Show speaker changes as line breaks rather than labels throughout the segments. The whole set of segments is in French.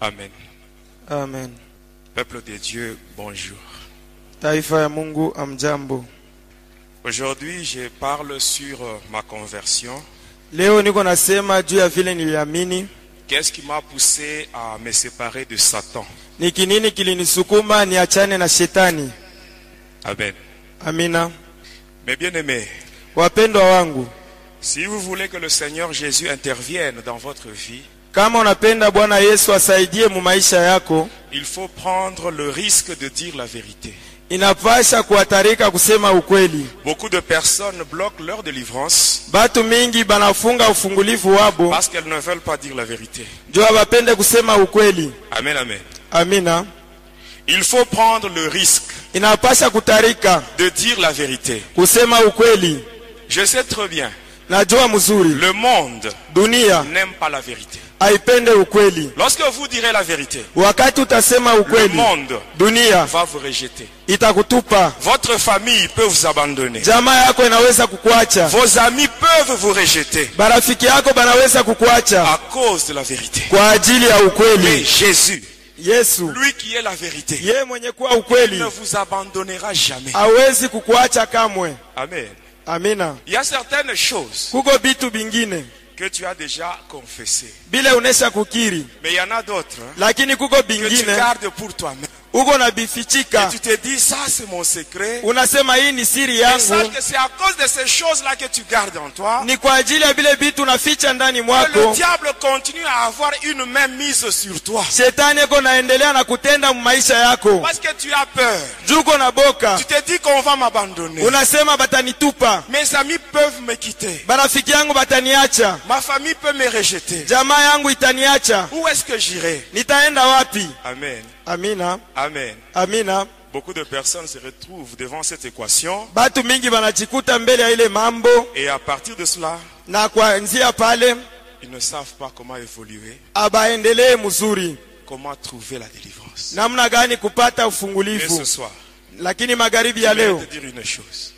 Amen.
Amen.
Peuple de Dieu, bonjour.
Taifa ya Mungu amjambo.
Aujourd'hui, je parle sur euh, ma conversion.
Leo niko nasema juu ya vile niliamini.
Qu'est-ce qui m'a poussé à me séparer de Satan
Ni kinini kilinisukuma niachane na shetani?
Amen.
Amina.
Mes bien-aimés,
Wapendwa wangu,
si vous voulez que le Seigneur Jésus intervienne dans votre vie,
kama unapenda Bwana Yesu asaidie mu maisha yako,
il faut prendre le risque de dire la vérité.
inapasha kuhatarika kusema ukweli.
Beaucoup de personnes bloquent leur délivrance
Batu mingi banafunga ufungulivu wabo
parce qu'elles ne veulent pas dire la vérité.
juu abapende kusema ukweli.
Amen, amen.
Amina.
Il faut prendre le risque
Inapasha kutarika
de dire la vérité.
kusema ukweli.
Je sais très bien,
Najua mzuri
le monde
dunia
n'aime pas la vérité.
haipende ukweli.
Lorsque vous direz la vérité,
Wakati utasema
le
ukweli,
monde
dunia
va vous rejeter.
itakutupa.
Votre famille peut vous abandonner.
Jamaa yako inaweza kukuacha,
Vos amis peuvent vous rejeter
barafiki yako banaweza kukuacha
à cause de la vérité.
kwa ajili ya
Mais
ukweli.
Jésus,
Yesu
lui qui est la vérité,
yeye mwenye kuwa
il
ukweli
ne vous abandonnera jamais.
hawezi kukuacha kamwe.
Amen.
Amina.
Il y a certaines choses
Kuko bitu bingine
que tu as déjà confessées,
bile unesha kukiri,
mais il y en a d'autres hein,
lakini kuko
que tu
bingine
gardes pour toi-même.
uko
Et
nabifichika,
tu te dis, ça c'est mon secret.
unasema hii ni siri
Et sache
yangu,
que c'est à cause de ces choses-là que tu gardes en toi
ni kwa ajili ya vile vitu unaficha ndani
que le
mwako.
diable continue à avoir une main mise sur toi.
Shetani eko naendelea na kutenda mu maisha yako,
Parce que tu as peur.
juko na boka,
Tu te dis qu'on va m'abandonner.
unasema batanitupa,
Mes amis peuvent me quitter.
barafiki yangu bataniacha,
Ma famille peut me rejeter.
jamaa yangu itaniacha,
Où est-ce que j'irai
nitaenda wapi?
Amen.
Amina,
Amen.
amina.
Beaucoup de personnes se retrouvent devant cette équation
Batu mingi banajikuta mbele ya ile mambo,
et à partir de cela,
na kuanzia pale
ils ne savent pas comment évoluer,
abaendelee mzuri,
comment trouver la délivrance.
namna gani kupata
Et ce
ufungulivu.
soir,
Lakini magharibi ya
je vais
leo
te dire une chose.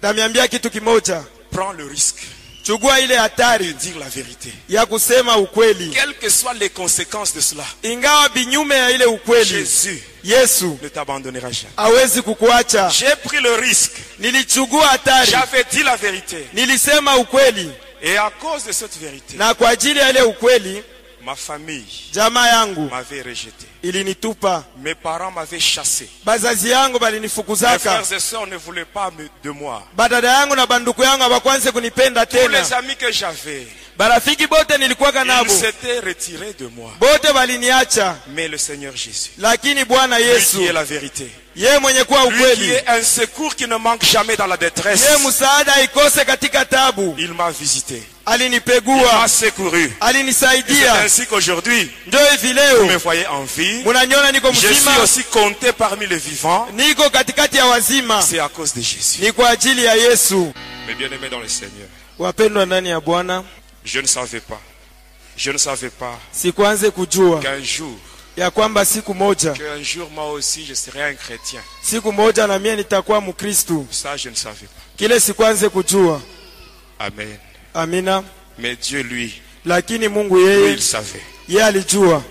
tamiambia kitu kimoja,
Prends le risque
chugua ile
de
hatari
dire la vérité.
ya kusema ukweli,
Quelles que soient les conséquences de cela,
ingawa binyume ya ile ukweli.
Jésus
Yesu
ne t'abandonnera jamais.
hawezi kukuacha.
J'ai pris le risque.
Nilichugua hatari,
J'avais dit la vérité.
nilisema ukweli,
Et à cause de cette vérité,
na kwa ajili ya ile ukweli
ma famille
jamaa yangu
m'avait rejeté.
ilinitupa,
Mes parents m'avaient chassé.
bazazi yangu
Mes
balinifukuzaka,
frères et sœurs ne voulaient pas me- de moi.
badada yangu na banduku yangu abakwanze kunipenda
Tous les
tena.
amis que j'avais,
Barafiki bote nilikuwaga
ils
nabo
s'étaient retirés de moi.
bote baliniacha,
Mais le Seigneur Jésus,
lakini Bwana
lui qui est
Yesu
la vérité,
yeye mwenye kuwa
lui qui
ukweli,
est un secours qui ne manque jamais dans la détresse,
yeye msaada aikose katika tabu,
il m'a visité, m'a
alinipegua,
secouru. C'est
alinisaidia.
ainsi qu'aujourd'hui,
Ndio hivi
vous me
leo
voyez en vie.
munaniona niko
Oh. Je suis
mzima,
aussi compté parmi les vivants.
niko katikati ya wazima.
C'est à cause de Jésus.
ni kwa ajili ya Yesu.
Mes bien-aimés dans le Seigneur,
Wapendwa ndani ya Bwana,
je ne savais pas, je ne savais pas
sikuanze kujua
qu'un jour,
ya kwamba siku moja,
qu'un jour moi aussi je serai un chrétien.
siku moja na mie nitakuwa Mkristu.
Ça, je ne savais pas.
Kile sikuanze kujua,
Amen.
amina.
Mais Dieu, lui,
Lakini Mungu
lui, il
yeye,
savait.
yeye alijua,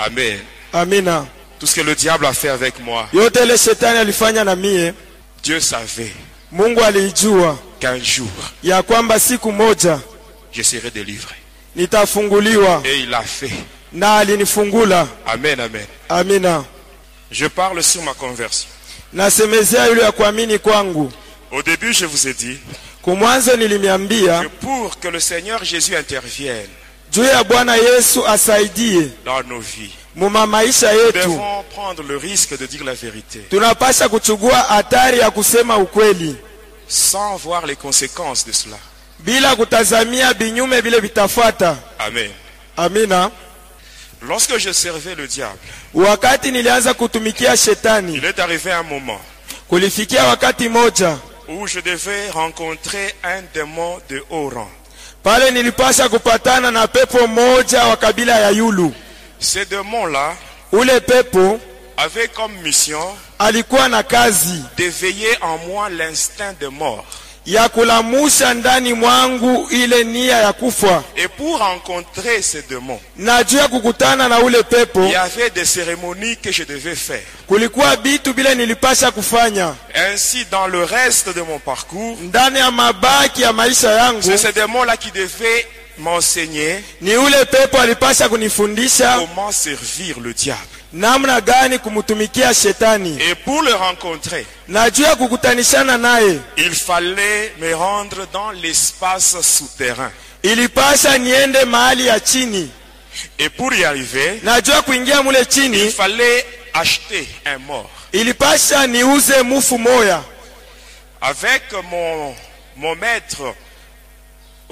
Amen.
amina.
Tout ce que le diable a fait avec moi,
Yote ile shetani alifanya na mie,
Dieu savait
Mungu aliijua
qu'un jour
ya kwamba siku moja
je serai délivré.
nitafunguliwa,
Et il l'a fait.
na alinifungula,
Amen, amen.
amina.
Je parle sur ma conversion.
Nasemezea yule ya kuamini kwangu.
Au début, je vous ai dit
Kumwanzo
que
nilimiambia
pour que le Seigneur Jésus intervienne
juu ya Bwana Yesu asaidie
dans nos vies,
muma maisha
nous
yetu
devons prendre le risque de dire la vérité
tunapasha kuchugua hatari ya kusema ukweli
sans voir les conséquences de cela.
bila kutazamia vinyume vile vitafuata.
Amen.
Amina.
Lorsque je servais le diable,
Wakati nilianza kutumikia
il
shetani,
est arrivé un moment
kulifikia wakati moja
où je devais rencontrer un démon de haut rang.
pale nilipasha kupatana na pepo moja wa kabila ya Yulu.
Ce démon-là
Ule pepo
avait comme mission
alikuwa na kazi
d'éveiller en moi l'instinct de mort
ya kulamusha ndani mwangu ile nia ya kufa
Et pour rencontrer ces démons,
na juu ya kukutana na ule pepo
il y avait des cérémonies que je devais faire.
kulikuwa vitu vile nilipasha kufanya
Ainsi, dans le reste de mon parcours,
ndani ya mabaki ya maisha yangu
c'est ces démons-là qui devaient m'enseigner
ni ule pepo alipasha kunifundisha
comment servir le diable.
namna gani kumtumikia shetani
Et pour le rencontrer,
na juu ya kukutanishana naye
il fallait me rendre dans l'espace souterrain.
ilipasha niende mahali ya chini
Et pour y arriver,
na juu ya kuingia mule
il
chini
fallait acheter un mort.
ilipasha niuze mufu moya
Avec mon, mon maître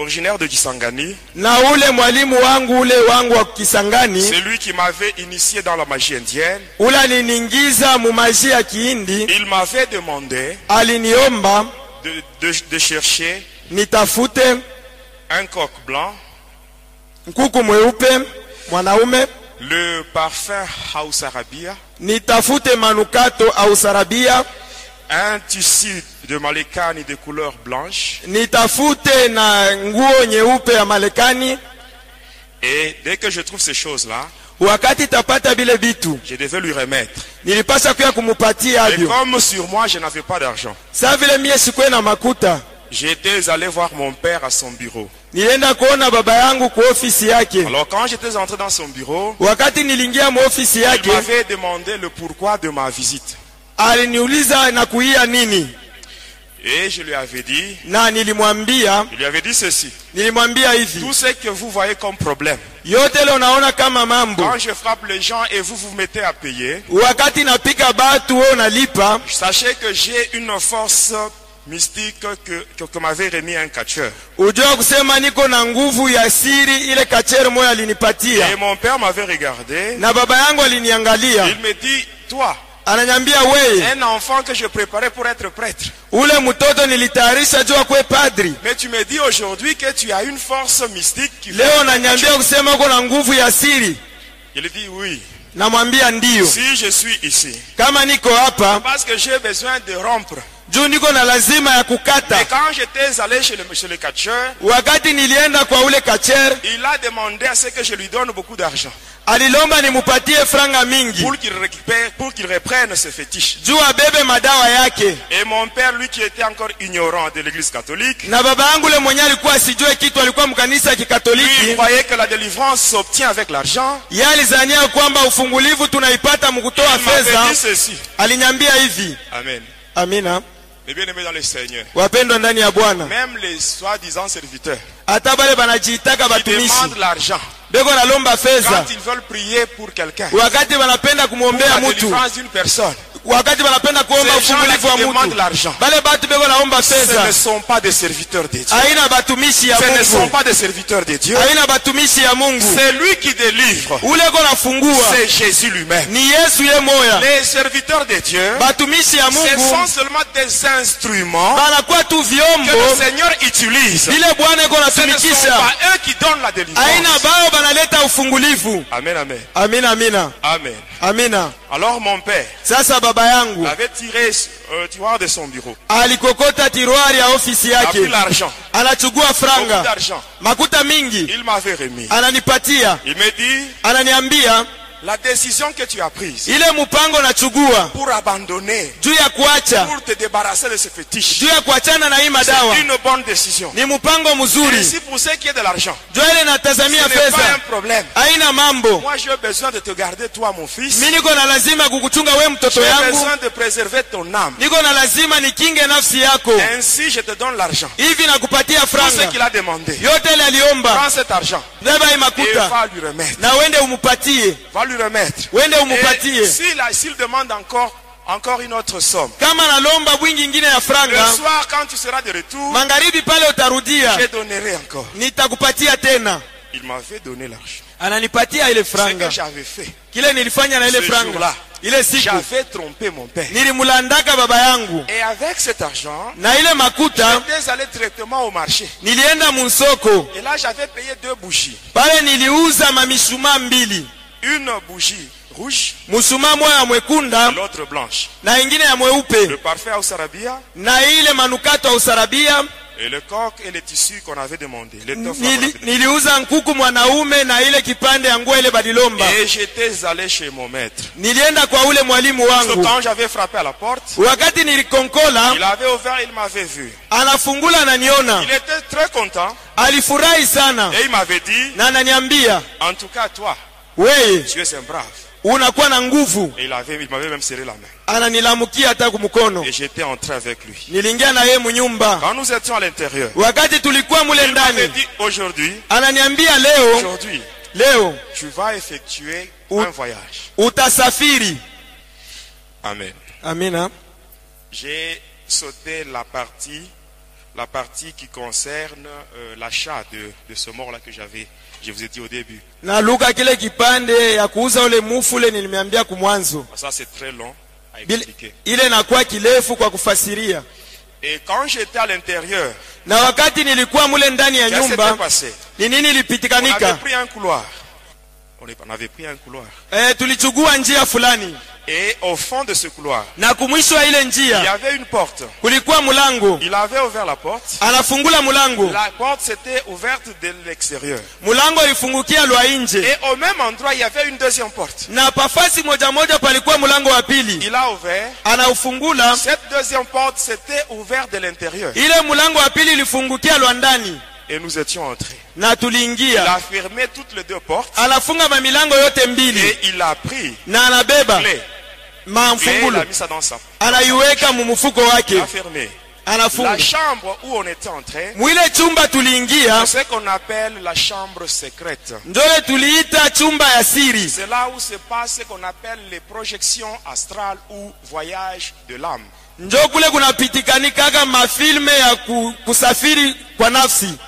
originaire de Kisangani,
na ule mwalimu wangu ule wangu wa kisangani
celui qui m'avait initié dans la magie indienne,
ule aliniingiza mumaji ya kihindi
il m'avait demandé
aliniomba
de, de- de chercher
nitafute
un coq blanc,
nkuku mweupe mwanaume
le parfum House Arabia,
nitafute manukato au sarabia
un tissu de malécane de couleur blanche.
nitafute na nguo nyeupe ya malekani
Et dès que je trouve ces choses-là,
wakati tapata vile vitu
je devais lui remettre.
nilipasha kuya kumupatia
Et
avyo
comme sur moi, je n'avais pas d'argent,
sa vile mie sikuwe na makuta
j'étais allé voir mon père à son bureau.
nilienda kuona baba yangu ku ofisi yake
Alors quand j'étais entré dans son bureau,
wakati niliingia mu ofisi
il
yake
m'avait demandé le pourquoi de ma visite.
aliniuliza na kuia nini
Et je lui avais dit,
na nilimwambia
je lui avais dit ceci.
nilimwambia hivi
Tout ce que vous voyez comme problème,
yote lo unaona kama mambo
quand je frappe les gens et vous vous mettez à payer,
wakati napika batu wewe unalipa
sachez que j'ai une force mystique que, que, que m'avait remis un catcheur.
ujua kusema niko na nguvu ya siri ile kachere moyo
Et
alinipatia
mon père m'avait regardé.
na baba yangu aliniangalia
Il me dit, toi,
ananyambia weye
un enfant que je préparais pour être prêtre,
ule mtoto nilitayarisha juu akuwe padri
mais tu me dis aujourd'hui que tu as une force mystique qui
leo nanyambia kusema uko na nguvu ya siri
Il dit, oui,
namwambia ndiyo
si je suis ici,
kama niko hapa
parce que j'ai besoin de rompre.
juu niko na lazima ya
Et
kukata
quand j'étais allé chez le, chez le catcheur,
wakati nilienda kwa ule kachere
il a demandé à ce que je lui donne beaucoup d'argent
alilomba nimupatie franga mingi
pour qu'il récupère, pour qu'il reprenne ses fétiches.
juu abebe madawa yake
Et mon père, lui qui était encore ignorant de l'église catholique,
na baba yangu ule mwenyewe alikuwa asijue kitu alikuwa mkanisa ya
lui il
kikatoliki
croyait que la délivrance s'obtient avec l'argent.
ye alizania kwamba ufungulivu tunaipata mkutoa
Il m'avait dit
fedha
ceci.
alinyambia hivi
Amen.
amina
Mais bien aimé dans le Seigneur,
wapendwa ndani ya bwana
même les soi-disant serviteurs
hata bale banajiitaka
qui demandent
batumishi
l'argent
beko nalomba fedha
quand ils veulent prier pour quelqu'un,
wakati wanapenda
pour
kumwombea
la
mtu
délivrance d'une personne,
wakati wanapenda kuomba
Ces gens-là
ufungulivu wa
qui demandent
mtu
l'argent.
bale batu beko naomba
ce ne
fedha
sont pas des serviteurs de Dieu.
haina batumishi ya
Ce ne sont
mungu
pas des serviteurs de Dieu.
haina batumishi ya mungu
C'est lui qui délivre.
ule ko nafungua
C'est Jésus lui-même.
ni yesu ye moya
Les serviteurs de Dieu,
batumishi ya
ce
mungu
sont seulement des instruments
banakuwa tu
que le
vyombo
Seigneur utilise.
vile bwana iko
Ce ne sont pas
natumikisha
eux qui donnent la
aina
délivrance.
bao banaleta ufungulivu
Amen, amen,
amina amina
amen.
amina
Alors mon père
sasa baba yangu
avait tiré euh, tiroir de son bureau,
alikokota tiroari ya ofisi
a pris
yake
l'argent,
anachugua
beaucoup
franga
d'argent.
makuta mingi
Il m'avait
Ah.
remis.
ananipatia
Il me dit,
ananiambia
la décision que tu as prise
ile mpango nachugua
pour abandonner,
juu ya kuacha
pour te débarrasser de ce fétiche,
juu ya kuachana na hii madawa
c'est une bonne décision.
ni mpango mzuri
Ici, pour ceux qui est de l'argent,
juu ile
ce
natazamia
n'est pas un
pesa
problème.
haina mambo
Moi, j'ai besoin de te garder, toi, mon fils.
mi niko na lazima ya kukuchunga we mtoto
J'ai
yangu
besoin de préserver ton âme.
niko na lazima nikinge nafsi yako
Ainsi, je te donne l'argent.
hivi nakupatia
Tout ce
franga
qu'il a demandé.
yote ile aliomba
Prends cet argent
beba hii
et
makuta
va lui remettre.
na wende umupatie
Va lui remettre.
wende
Et
umupatie
s'il a- s'il demande encore, encore une autre somme,
kama nalomba bwingi ingine ya
le
franga
soir, quand tu seras de retour,
magharibi pale
je
utarudia
donnerai encore.
nitakupatia tena
Il m'avait donné l'argent.
ananipatia ile
Ce que
franga
j'avais fait,
kile nilifanya na ile
Ce
franga
jour-là.
ile siku
j'avais trompé mon père.
nilimlandaka baba yangu
Et avec cet argent,
na ile makuta
j'étais allé directement au marché.
nilienda munsoko
Et là, j'avais payé deux bougies.
pale niliuza mamishumaa mbili
une bougie rouge,
mshumaa moja ya mwekunda
l'autre blanche.
na ingine ya
Le
mweupe
parfait au sarabia
na ile manukato ya usarabia
et le coq et les tissus qu'on avait demandé. l'étoffe qu'on
nili,
avait demandé.
niliuza nkuku mwanaume na ile kipande ya nguo ile badilomba
Et j'étais allé chez mon maître.
nilienda kwa ule mwalimu
Parce que
wangu
quand j'avais frappé à la porte,
wakati
il
nilikonkola
avait ouvert, il m'avait vu.
anafungula ananiona
Il était très content
alifurahi sana
et il m'avait dit,
na ananiambia
en tout cas toi,
weye
tu es un brave.
unakuwa na nguvu
Et il avait- il m'avait même serré la main.
ananilamukia hata kumkono
Et j'étais entré avec lui.
niliingia na yeye munyumba
Quand nous étions à l'intérieur,
wakati tulikuwa mule
il m'avait
ndani
dit aujourd'hui,
ananiambia leo
aujourd'hui,
leo
tu vas effectuer
Où-
un voyage.
utasafiri
Amen.
amina
J'ai sauté la partie, la partie qui concerne euh, l'achat de, de ce mort-là que j'avais, je vous ai dit au début.
na luka kile kipande ya kuuza ule mufu ule nilimeambia kumwanzo
Ah, Ça, c'est très long à
Bile-
expliquer.
ile inakuwa kirefu kwa kufasiria
Et quand j'étais à l'intérieur,
na wakati nilikuwa mule ndani ya
qu'est-ce qui s'était
nyumba
passé
ni nini
On
ilipitikanika
avait pris un couloir. On est- on avait pris un couloir.
eh, tulichugua njia fulani
Et au fond de ce couloir,
na kumwisho wa ile
il y
njia
avait une porte.
kulikuwa mlango
Il avait ouvert la porte.
anafungula mlango
La porte s'était ouverte de l'extérieur.
mlango ilifungukia lwa nje
Et au même endroit, il y avait une deuxième porte.
na pafasi moja moja palikuwa mlango wa pili
Il a ouvert.
anaufungula
Cette deuxième porte s'était ouverte de l'intérieur.
ile mlango wa pili ilifungukia lwa ndani
Et nous étions entrés.
na
Il
tuliingia
a fermé toutes les deux portes.
anafunga mamilango yote mbili
Et il a pris
na anabeba
clé. Et il
mamfungulo
a mis ça dans sa.
anaiweka mumufuko
Il a
wake
fermé. Eh, La
anafunga
chambre où on était entré,
mwile chumba tuliingia
c'est ce qu'on appelle la chambre secrète.
ndole tuliita chumba ya siri
C'est là où se passe ce qu'on appelle les projections astrales ou voyages de l'âme.
njo kule kunapitikanikaka mafilme ya ku, kusafiri kwa nafsi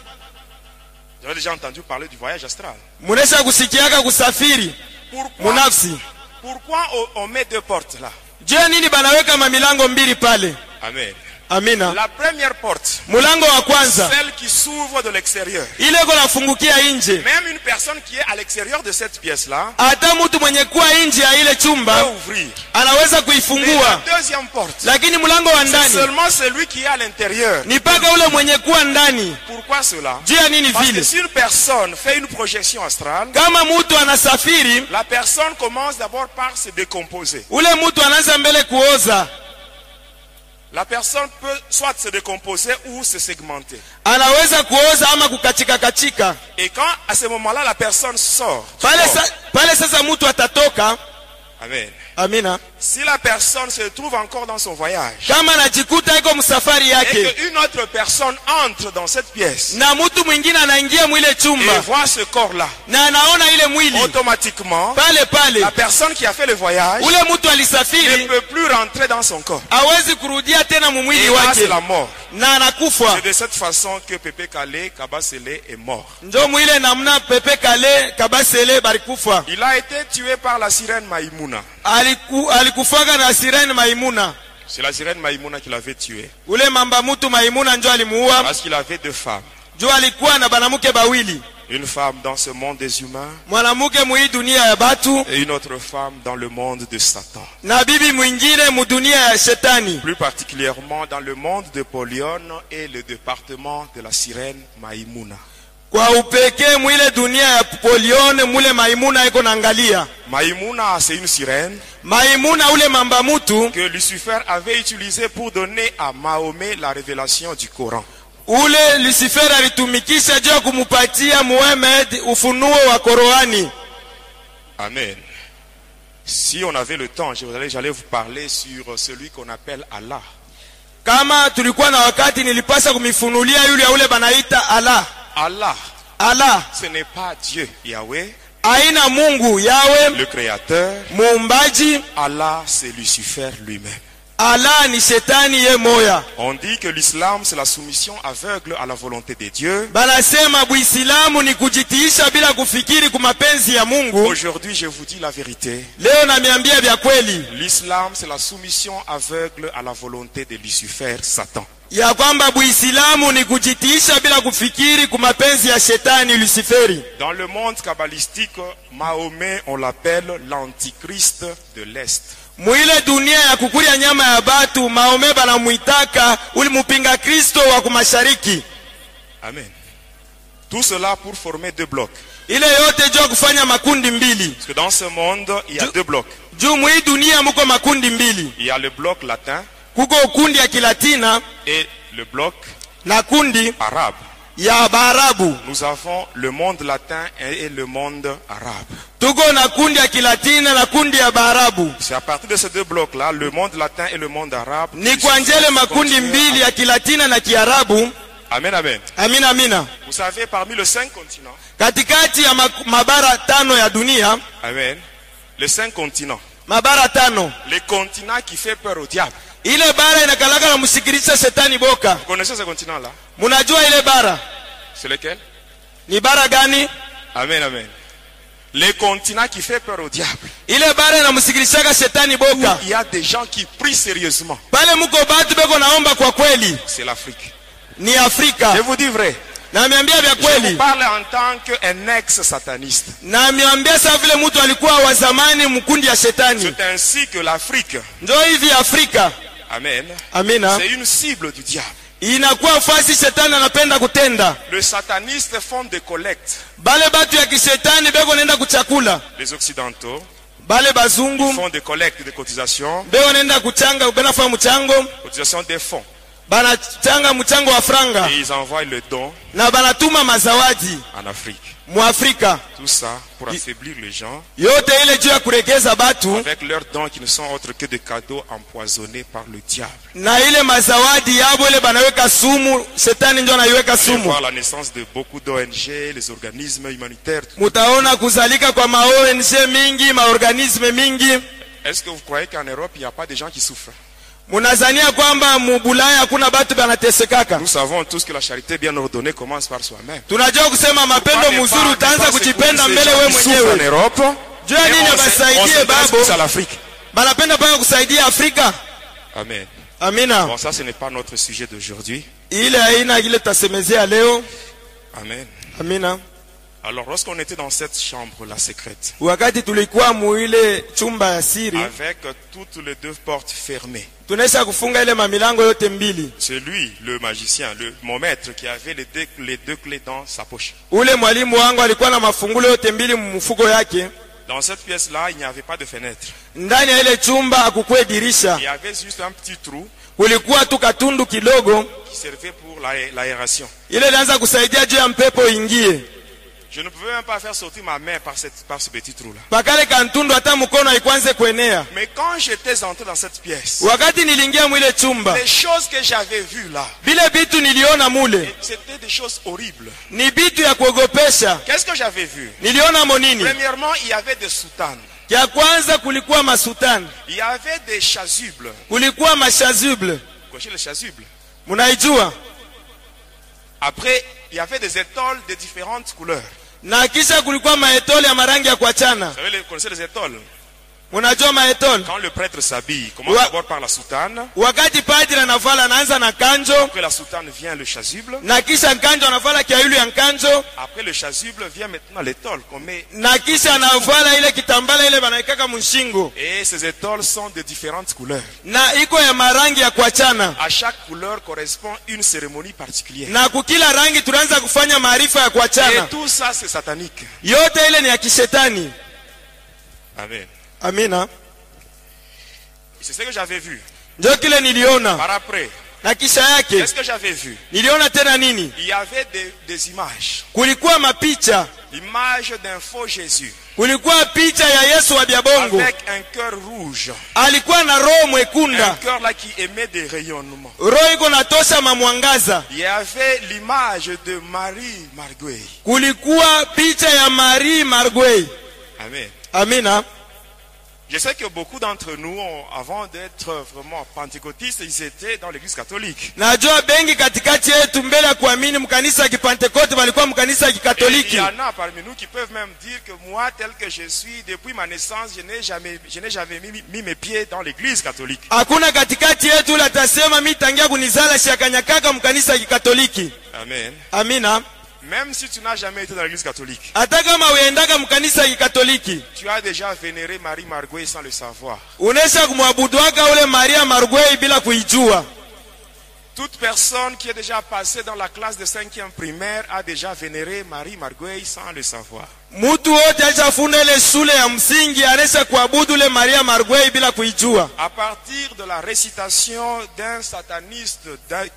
Vous avez déjà entendu parler du voyage astral.
munesha kusikiaka kusafiri
Pourquoi,
munafsi
pourquoi on, on met deux portes là
juu ya nini banaweka mamilango mbili pale
Amen.
amina
La première porte,
mulango wa kwanza
celle qui s'ouvre de l'extérieur.
ile konafungukia nje
Même une personne qui est à l'extérieur de cette pièce-là
hata mtu mwenye kuwa nje ya ile
peut
chumba
ouvrir.
anaweza
Mais la
kuifungua
deuxième porte,
lakini mulango wa
c'est
ndani
seulement celui qui est à l'intérieur.
ni mpaka ule mwenye kuwa ndani
Pourquoi cela
juu ya nini
Parce que
vile
si une personne fait une projection astrale,
kama mtu anasafiri
la personne commence d'abord par se décomposer.
ule mtu anaanza mbele kuoza
La personne peut soit se décomposer ou se segmenter.
anaweza kuoza ama kukachikakachika
Et quand à ce moment-là la personne sort,
pale,
sort.
sa, pale sasa mtu atatoka
Amen.
amina
si la personne se trouve encore dans son voyage
kama anajikuta iko msafari
et
yake
qu'une autre personne entre dans cette pièce
na mtu mwingine anaingia mwile
et
chumba
voit ce corps-là,
na anaona ile mwili
automatiquement,
pale pale
la personne qui a fait le voyage
ule mtu
ne
alisafiri
peut plus rentrer dans son corps.
hawezi kurudia tena mumwili
Et là, c'est
wake
la mort.
na anakufa
C'est de cette façon que Pépé Kalé, Kabasele est mort.
njo mwile namna pepe kale kabasele barikufa
Il a été tué par la sirène Maïmouna.
Aliku, alikufaka na sirene maimuna
C'est la sirène Maïmouna qui l'avait tué
ule mamba mutu maimuna njo alimuua
parce qu'il avait deux femmes.
juu alikuwa na banamuke bawili
Une femme dans ce monde des humains
mwanamuke muhii dunia ya batu
et une autre femme dans le monde de Satan.
na bibi mwingine mudunia ya shetani
Plus particulièrement dans le monde de Polion et le département de la sirène Maïmouna.
kwa upekee mwile dunia ya polione mule maimuna iko naangalia
Maïmouna, c'est une sirène
maimuna ule mamba mutu
que Lucifer avait utilisée pour donner à Mahomet la révélation du Coran.
ule lucifer alitumikisha juu ya kumupatia muhamed ufunuo wa koroani
Amen. Si on avait le temps, je- j'allais j'allais vous parler sur celui qu'on appelle Allah.
kama tulikuwa na wakati nilipasa kumifunulia yule ya ule banaita ala
Allah,
ala
ce n'est pas Dieu, Yahweh,
aina mungu yawe
le Créateur.
muumbaji
Allah, c'est Lucifer lui-même.
ala ni shetani ye moya
On dit que l'islam, c'est la soumission aveugle à la volonté des dieux.
banasema buislamu ni kujitiisha bila kufikiri ku mapenzi ya mungu
Aujourd'hui, je vous dis la vérité.
leo namiambia vya kweli
L'islam, c'est la soumission aveugle à la volonté de Lucifer, Satan.
ya kwamba buislamu ni kujitiisha bila kufikiri kwa mapenzi ya shetani luciferi
Dans le monde kabbalistique, Mahomet, on l'appelle l'antichrist de l'Est.
mwile dunia ya kukulya nyama ya batu maome banamwitaka uli mupinga kristo wa kumashariki
Amen. Tout cela pour former deux blocs.
ile yote juu ya kufanya makundi mbili
Parce que dans ce monde, il y a
Je-
deux blocs.
juu mwii dunia muko makundi mbili
Il y a le bloc latin
kuko ukundi ya kilatina
et le bloc
na kundi
arabe.
ya baarabu
Nous avons le monde latin et le monde arabe.
tuko na kundi ya kilatina na kundi ya baarabu
C'est à partir de ces deux blocs-là, le monde latin et le monde arabe.
ni kwa njele makundi mbili ya kilatina na kiarabu
Amen, amen.
amina amina
Vous savez, parmi les cinq continents,
katikati ya mak- mabara tano ya dunia
amen, les cinq continents,
mabara tano
les continents qui fait peur au diable.
ile bara inakalaka na msikirisha shetani boka
Vous connaissez ce continent-là
munajua ile bara
C'est lequel
ni bara gani
Amen, amen. Les continents qui fait peur au diable.
ile bara inamsikirishaka shetani boka
Il y a des gens qui prient sérieusement.
pale muko batu beko naomba kwa kweli
C'est l'Afrique.
ni
Je
afrika
vous dis vrai.
naamiambia vya
Je vous
Ah. kweli Hmm.
parle en tant qu'un ex-sataniste.
naamiambia sawa vile mtu alikuwa wa zamani mkundi ya shetani
C'est ainsi que l'Afrique,
njo hivi afrika
amen,
amina
c'est une cible du diable.
inakuwa fasi shetani anapenda kutenda
Le sataniste font des collectes.
bale batu ya kishetani beko naenda kuchakula
Les occidentaux
bale bazungu
font des collectes de cotisations,
beko naenda kuchanga benafanya mchango
cotisations des fonds.
banachanga mchango wa franga
Et ils envoient le don
na banatuma mazawadi
en Afrique.
mu afrika
Tout ça pour affaiblir les gens
Hmm. yote ile juu ya kuregeza batu
avec leurs dons qui ne sont autres que des cadeaux empoisonnés par le diable.
na ile mazawadi yabo ile banaweka sumu shetani ndio anaiweka
Et
sumu
voir la naissance de beaucoup d'ONG, les organismes humanitaires.
mutaona kuzalika kwa maong mingi maorganisme mingi
Est-ce que vous croyez qu'en Europe, il n'y a pas des gens qui souffrent
munazania kwamba mubulaya hakuna batu banatesekaka
Nous savons tous que la charité bien ordonnée commence par soi-même.
tunajua kusema mapendo muzuri utaanza kujipenda mbele we
en
mwenyewe
Europe.
juu ya nini abasaidie
à
babo
l'Afrique.
banapenda mpaka kusaidia afrika
Amen. Bon,
amina
ça, ce n'est pas notre sujet d'aujourd'hui.
ile haina ile tasemezea leo
Amen.
amina
Alors, lorsqu'on était dans cette chambre, la secrète,
wakati tulikuwa muile chumba ya siri
avec toutes les deux portes fermées,
tunaisha kufunga ile mamilango yote mbili
c'est lui, le magicien, le, mon maître, qui avait les deux, les deux clés dans sa poche.
ule mwalimu wangu alikuwa na mafungulo yote mbili mumufuko yake
Dans cette pièce-là, il n'y avait pas de fenêtre.
ndani ya ile chumba akukue dirisha
Il y avait juste un petit trou
kulikuwa tu katundu kidogo
qui servait pour l'aé- l'aération.
ile ilianza kusaidia juu ya mpepo ingie
Je ne pouvais même pas faire sortir ma main par, cette, par ce petit trou-là.
pakale kantundu hata mkono haikuanze kuenea
Mais quand j'étais entré dans cette pièce,
wakati niliingia mwile chumba
les choses que j'avais vues là,
vile vitu niliona mule
c'était des choses horribles.
ni vitu ya kuogopesha
Qu'est-ce que j'avais vu
niliona monini
Premièrement, il y avait des soutanes,
ya kwanza kulikuwa masutani
il y avait des chasubles.
kulikuwa mashazuble
Cochez les chasubles.
munaijua
Après, il y avait des étoiles de différentes couleurs.
na kisha kulikuwa maetole ya marangi ya kuachana
Vous savez, les- vous connaissez les étoiles
unajua maetole
Quand le prêtre s'habille, il commence
Ouais.
d'abord par la soutane.
wakati padri anavala anaanza na kanjo
Après la soutane vient le chasuble.
na kisha nkanjo anavala kiailu ya nkanjo
Après le chasuble vient maintenant l'étoile qu'on met
na kisha anavala ile kitambala ile banaikaka mshingo
Et ces étoiles sont de différentes couleurs.
na iko ya marangi ya kuachana
À chaque couleur correspond une cérémonie particulière.
na kukila rangi tunaanza kufanya maarifa ya
Et
kuachana
tout ça, c'est satanique.
yote ile ni ya kishetani
Amen.
amina
C'est ce que j'avais vu.
njo kile niliona
Par après,
na kisha yake
qu'est-ce que j'avais vu
niliona tena nini
Il y avait des, des images.
kulikuwa mapicha
L'image d'un faux Jésus
kulikuwa picha ya yesu wa biabongo
avec un cœur rouge.
alikuwa na roho
Un
mwekunda
cœur là qui émet des rayonnements.
roho iko natosha mamwangaza
Il y avait l'image de Marie Marguerite.
kulikuwa picha ya marie marguei
Amen.
amina
Je sais que beaucoup d'entre nous, ont- avant d'être vraiment pentecôtistes, ils étaient dans l'église catholique.
najua bengi katikati yetu mbele ya kuamini mkanisa ya kipentekote walikuwa mkanisa ya
Et il
kikatoliki
y en a parmi nous qui peuvent même dire que moi, tel que je suis, depuis ma naissance, je n'ai jamais, je n'ai jamais mis, mis mes pieds dans l'église catholique.
hakuna katikati yetu ule atasema mi tangia kunizala shakanyakaka mkanisa ya kikatoliki
Amen.
amina
Même si tu n'as jamais été dans l'église catholique,
hata kama uendaka mkanisa ya kikatoliki
tu as déjà vénéré Marie Marguerite sans le savoir.
unaisha kumwabuduaka ule maria margwei bila kuijua
Toute personne qui est déjà passée dans la classe de 5e primaire a déjà vénéré Marie Marguerite sans le savoir.
mtu wote alishafunda ile shule ya msingi anaisha kuabudu ule maria margwei bila kuijua
À partir de la récitation d'un sataniste d'un-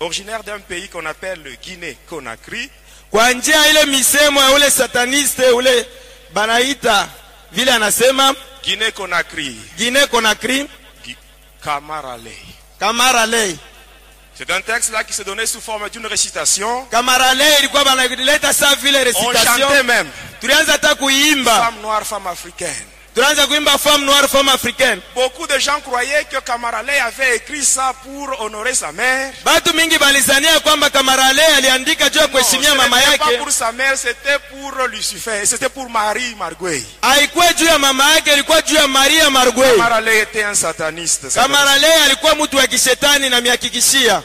originaire d'un pays qu'on appelle le Guinée-Conakry,
kwa njia ya ile misemo ya ule sataniste ule banaita vile anasema
Guinée-Conakry,
gine konakri
Gui- Kamarale.
kamaralei
C'est un texte là qui se donnait sous forme d'une récitation.
kamaralei ilikuwa banaleta saa vile
On chantait
recitation
même.
tulianza hata kuiimba
Femme noire, femme africaine.
tulianza kuimba femme noire femme africaine
Beaucoup de gens croyaient que Kamarale avait écrit ça pour honorer sa mère.
batu mingi balizania kwamba kamaralei aliandika juu ya
Non, ce
kuheshimia mama
n'était pas
yake
pour sa mère, c'était pour Lucifer, c'était pour Marie Marguerite.
haikuwa juu ya mama yake ilikuwa juu ya maria margwei
Kamarale était un sataniste.
kamaralei alikuwa mtu wa kishetani na mihakikishia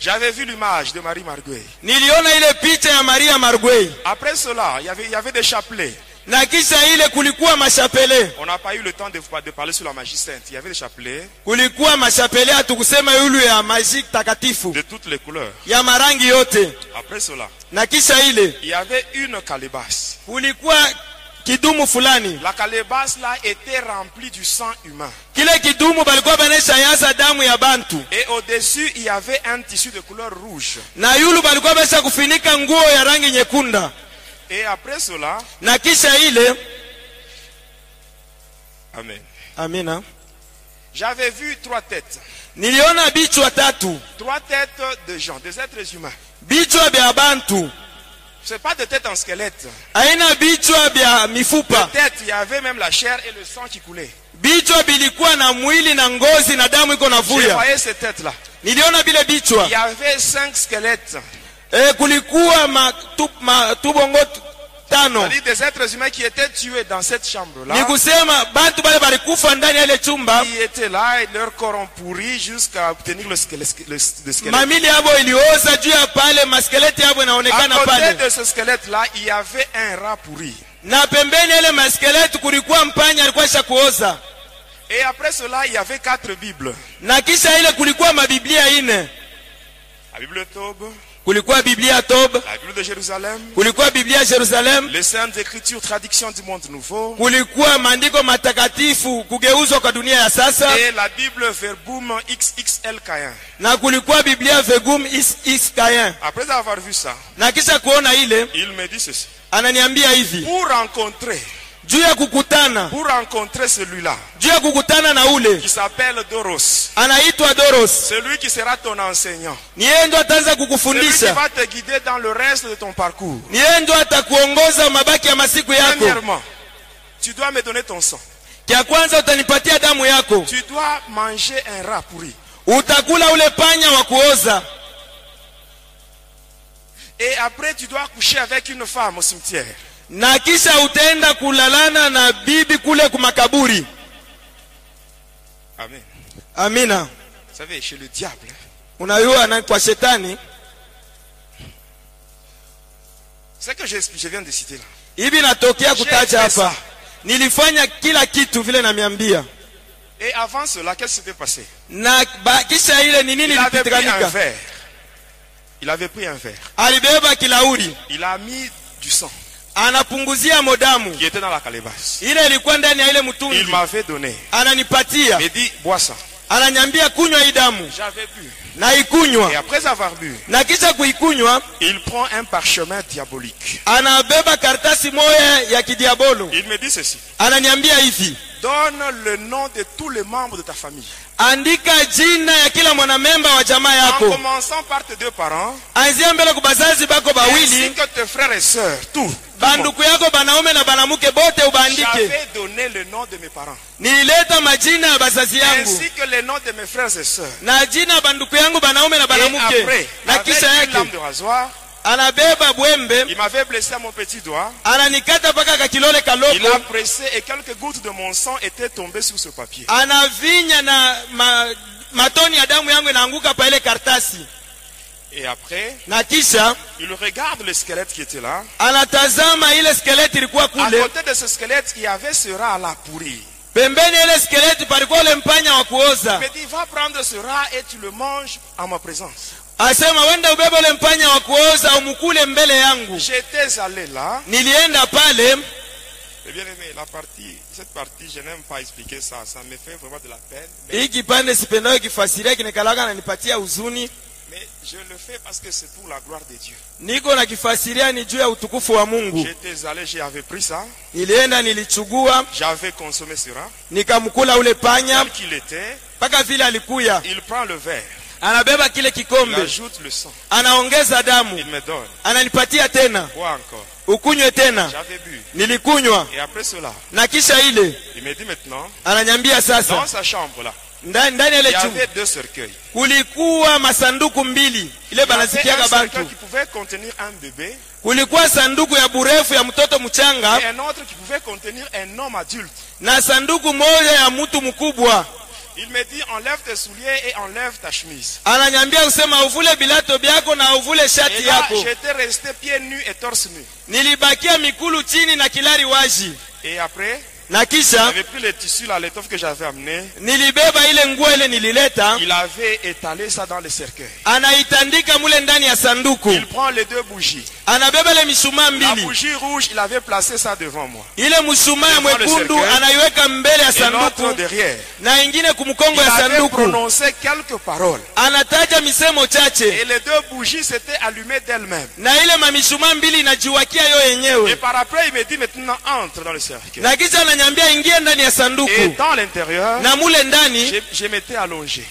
J'avais vu l'image de Marie Marguerite.
niliona ile picha ya maria margwei
Après cela, il y avait, il y avait des chapelets.
na kisha ile kulikuwa mashapele
On n'a pas eu le temps de, de parler sur la magie sainte. Il y avait des chapelets
kulikuwa mashapele hatukusema yulu ya maji takatifu
de toutes les couleurs.
ya marangi yote
Après cela,
na kisha ile
il y avait une calebasse.
kulikuwa kidumu fulani
La calebasse là était remplie du sang humain.
kile kidumu balikuwa banaisha yaza damu ya bantu
Et au-dessus, il y avait un tissu de couleur rouge.
na yulu balikuwa baisha kufinika nguo ya rangi nyekunda
Et après cela,
na kisha ile
Amen.
amina
J'avais vu trois têtes.
niliona bichwa tatu
Trois têtes de gens, des êtres humains.
bichwa vya bantu
C'est pas de tête en squelette.
haina bichwa vya mifupa
Tête, il y avait même la chair et le sang qui coulait.
bichwa bilikuwa na mwili na ngozi na damu iko
Vous
navuya
voyez ces têtes-là.
niliona vile bichwa
Il y avait cinq squelettes.
e, kulikuwa matu- matubongo tu- tano
C'est-à-dire des êtres humains qui étaient tués dans cette
ni
chambre-là.
kusema bantu bale balikufa ndani ya ile chumba
Ils étaient là et leurs corps ont pourri jusqu'à obtenir le squelette. le- le squelette.
mamili yabo ilioza juu ya pale maskeleti yabo
À
inaonekana
côté
pale
de ce squelette-là, il y avait un rat pourri.
na pembeni ya ile maskeleti kulikuwa mpanya alikuwa sha kuoza
Et après cela, il y avait quatre Bibles.
na kisha ile kulikuwa mabiblia ine
La Bible de Tob,
kulikuwa biblia ya tob
la Bible de Jérusalem,
kulikuwa biblia ya jerusalem
les Saintes Écritures, traduction du monde nouveau,
kulikuwa maandiko matakatifu kugeuzwa kwa dunia ya sasa
et la Bible Verbum XXL Caïn.
na kulikuwa biblia vegum is, is Cain.
Après avoir vu ça,
na kisha kuona ile
il me dit ceci.
ananiambia hivi
Pour rencontrer,
juu ya kukutana
pour rencontrer celui-là,
juu ya kukutana na ule
qui s'appelle Doros,
anaitwa doros
celui qui sera ton enseignant,
ni yeye ndo ataanza
celui qui
kukufundisha
va te guider dans le reste de ton parcours.
ni yeye ndo atakuongoza mabaki ya masiku yako
Premièrement, tu dois me donner ton sang.
kya kwanza utanipatia damu yako
Tu dois manger un rat pourri.
utakula ule panya wa kuoza
Et après, tu dois coucher avec une femme au cimetière.
na kisha utaenda kulalana na bibi kule kumakaburi
Amen.
amina
Vous savez, chez le diable, hein,
unayua na kwa shetani
c'est que je, je viens de citer là.
hivi natokea kutaja
J'ai fait
hapa nilifanya kila kitu vile namiambia
Et avant cela, qu'est-ce qui s'était passé
na ba, kisha ile ni nini
Il avait pris un
ilipitikanika
verre. Il avait pris un verre.
alibeba kilauri
Il a mis du sang
anapunguzia modamu
qui était dans la calebasse.
ile ilikuwa ndani ya ile mtungi
Il m'avait donné. Il
ananipatia
m'a dit, bois ça.
ananiambia kunywa hii damu
J'avais bu. Et
naikunywa
après avoir bu,
na kisha kuikunywa
il prend un parchemin diabolique.
anabeba karatasi moya ya kidiabolo
Il me dit ceci.
ananiambia hivi
Donne le nom de tous les membres de ta famille.
andika jina ya kila mwanamemba wa jamaa
En
yako
commençant par tes deux parents,
anzia mbele kubazazi bako
ainsi
bawili
que tes frères et sœurs, tout.
banduku yako banaume na banamuke bote ubandike
J'avais donné le nom de mes parents,
nilileta majina ya bazazi yangu
ainsi que le nom de mes frères et sœurs.
na jina ya banduku yangu banaume na
Et
banamuke
après,
na
avec
kisha
une lame
yake
de rasoir,
anabeba bwembe
il m'avait blessé à mon petit doigt.
ananikata mpaka kakilole
Il a
kaloko
pressé et quelques gouttes de mon sang étaient tombées sur ce papier.
anavinya na ma, matoni ya damu yangu inaanguka pa ile kartasi
Et après,
na kisha
il regarde le squelette qui était là.
anatazama ile skeleti ilikuwa
À
kule
côté de ce squelette, il y avait ce rat là pourri.
pembeni ya ile skeleti palikuwa ule mpanya wa
Il
kuoza
me dit, va prendre ce rat et tu le manges en ma présence.
asema wenda ubebe ule mpanya wa kuoza umukule mbele yangu
J'étais allé là.
nilienda pale
Et bien aimé, la partie, cette partie, je n'aime pas expliquer ça. Ça me fait vraiment de la peine. Mais,
hii kipande sipendayo kifasiria kinakalaka nanipatia huzuni
mais je le fais parce que c'est pour la gloire de Dieu.
niko na kifasiria ni juu ya utukufu wa mungu
J'étais allé, j'avais pris ça.
nilienda nilichugua
J'avais consommé ce rat.
nikamkula ule panya
Tel qu'il était,
mpaka vile alikuya
il prend le verre,
anabeba kile
il
kikombe
ajoute le sang,
anaongeza
il
damu
me donne.
ananipatia tena
Bois encore.
ukunywe tena
J'avais bu.
nilikunywa
Et après cela,
na kisha ile
il me dit maintenant,
ananyambia
dans
sasa
sa chambre là,
ndani ndani ya
il
ile
y
chumba
avait deux cercueils.
kulikuwa masanduku mbili ile
Il y avait un
banasikiaga
cercueil
bantu
qui pouvait contenir un bébé
kulikuwa sanduku ya burefu ya mtoto mchanga
et un autre qui pouvait contenir un homme adulte.
na sanduku moja ya mtu mkubwa
Il me dit enlève tes souliers et enlève ta chemise.
ananyambia kusema uvule bilato byako na uvule
Et
shati
là,
yako
j'étais resté pieds nus et torse nu.
nilibakia mikulu chini na kilari waji
Et après,
na kisha
j'avais pris le tissu là, l'étoffe que j'avais amené.
nilibeba ile nguo ile nilileta
Il avait étalé ça dans le cercueil.
anaitandika mule ndani ya sanduku
Il prend les deux bougies.
anabeba ile mishumaa
La
mbili
bougie rouge, il avait placé ça devant moi.
ile mshumaa ya
Devant le
mwekundu
cercueil.
anaiweka mbele ya
Et l'autre
sanduku
derrière.
na ingine kumkongo
Il
ya
avait
sanduku
prononcé quelques paroles.
anataja misemo chache
Et les deux bougies s'étaient allumées d'elles-mêmes.
na ile mamishumaa mbili inajiwakia yo
Et
yenyewe
par après, il me dit maintenant entre dans le cercueil.
na kisha ananyambia ingie ndani ya
Et
sanduku
dans l'intérieur,
na mule ndani
je, je m'étais allongé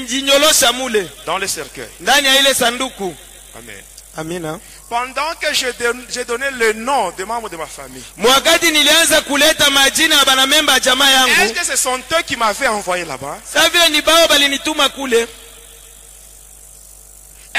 nilinjinyolosha mule
dans le cercueil.
ndani ya ile sanduku
Amen.
amina
Pendant que je don- j'ai donné le nom des membres de ma famille,
mwakati nilianza kuleta majina ya banamemba ya jamaa
est-ce
yangu
que ce sont eux qui m'avaient envoyé là-bas
sa vile ni bao balinituma kule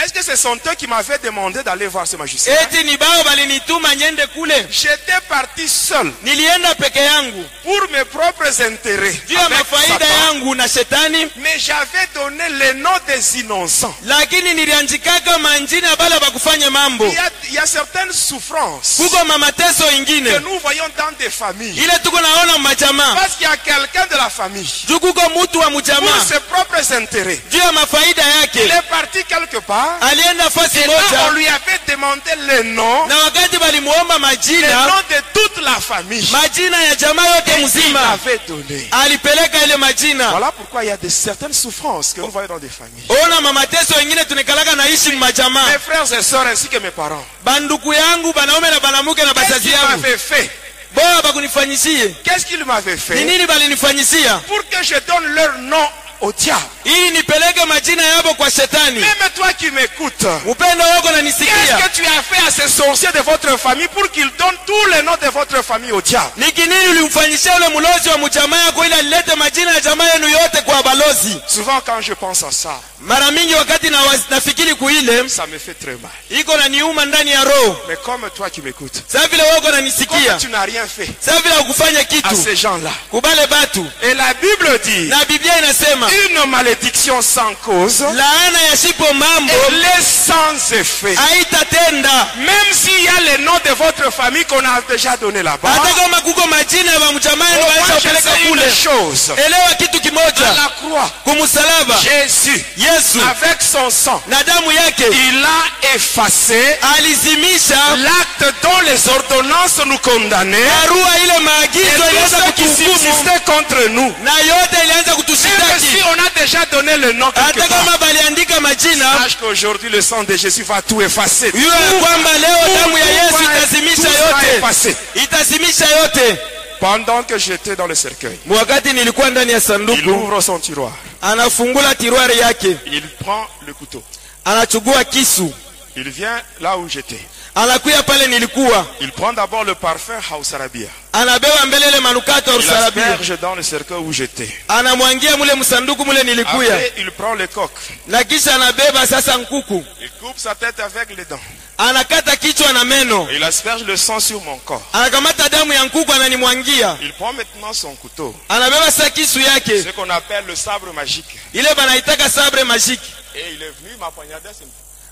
Est-ce que ce sont eux qui m'avaient demandé d'aller voir ce magicien
eti ni bao balinituma nyende kule
J'étais parti seul
nilienda peke yangu
pour mes propres intérêts.
juu ya
avec
mafaida
Satan.
yangu na shetani
Mais j'avais donné le nom des innocents.
lakini nilianjikaka manjina ya bala bakufanye mambo
Il y a, il y a certaines souffrances
kuko mamateso ingine
que nous voyons dans des familles.
ile tuko naona majamaa
Parce qu'il y a quelqu'un de la famille
juu kuko mutu wa
pour
mjamaa
ses propres intérêts.
juu ya mafaida
Il
yake
est parti quelque part.
alienda fasi
Et là, on
moja
lui avait demandé le nom,
na wakati balimuomba
le
majina
nom de toute la famille.
majina ya jamaa yote
Il
mzima
m'avait donné.
alipeleka ile majina
Voilà pourquoi il y a des certaines souffrances que nous voyons dans des familles.
ona mamateso wengine tunekalaka naishi
Mes
majamaa
frères et sœurs ainsi que mes parents.
Bah, banduku yangu banaume na banamuke
Qu'est-ce
na bazazi
qu'ils
yangu
m'avaient fait
boa bakunifanyishie
Qu'est-ce qu'ils m'avaient
ni
fait
nini balinifanyisia
pour que je donne leur nom au diable
ili nipeleke majina yabo kwa shetani
Même toi qui m'écoutes,
upendo wako
qu'est-ce
nanisikia
que tu as fait à ces sorciers de votre famille pour qu'ils donnent tous les noms de votre famille au diable
ni kinini ulimfanyishia ule mlozi wa mjamaa yako ili alilete majina ya jamaa yenu yote kwa balozi
Souvent quand je pense à ça,
mara mingi wakati nawa- nafikiri kuile
ça me fait très mal.
iko naniuma ndani ya roho
Mais comme toi qui m'écoutes,
saa vile wako
comme
nanisikia
tu n'as rien fait
saa vile hakufanya
à
kitu
ces gens-là.
kubale batu
Et la Bible dit,
na biblia inasema
une malédiction sans cause,
laana ya shipo mambo
elle est sans effet.
haitatenda
Même s'il y a le nom de votre famille qu'on a déjà donné là-bas,
hata kama kuko majina ya bamjamaa yenu
moi
waweza
je
kupeleka
sais une
kule
chose.
elewa kitu
À
kimoja
la croix, Ah.
kumsalaba
Jésus,
yesu
avec son sang,
na damu yake
il a effacé Ah.
alizimisha
l'acte dont les ordonnances nous condamnaient
barua ile
et
maagizo
tout
ilianza
ce qui
kutuhukumu
subsistait contre nous.
na yote ilianza
Même si
kutushitaki
on a déjà donné le nom quelque
hata
part,
kama baliandika majina
sache qu'aujourd'hui le sang de Jésus va tout effacer.
jua ya kwamba leo damu ya
Tout va-
yesu itazimisha
tout sera
yote
effacé.
itazimisha yote
Pendant que j'étais dans le cercueil,
wakati nilikuwa ndani ya
il
sanduku
ouvre son tiroir,
anafungula tiruari yake
il prend le couteau,
anachugua kisu
il vient là où j'étais,
anakuya pale nilikuwa
Il prend d'abord le parfum Hausarabia,
anabeba mbele ile manukato ya
il
usalabia
asperge dans le cercueil où j'étais.
anamwangia mule msanduku mule nilikuya
Après, il prend le coq,
na kisha anabeba sasa nkuku
il coupe sa tête avec les dents,
anakata kichwa na meno
il asperge le sang sur mon corps.
anakamata damu ya nkuku ananimwangia
Il prend maintenant son couteau,
anabeba sa kisu
ce
yake
qu'on appelle le sabre magique,
ile banaitaka sabre magiki
et il est venu m'empoignarder. sur-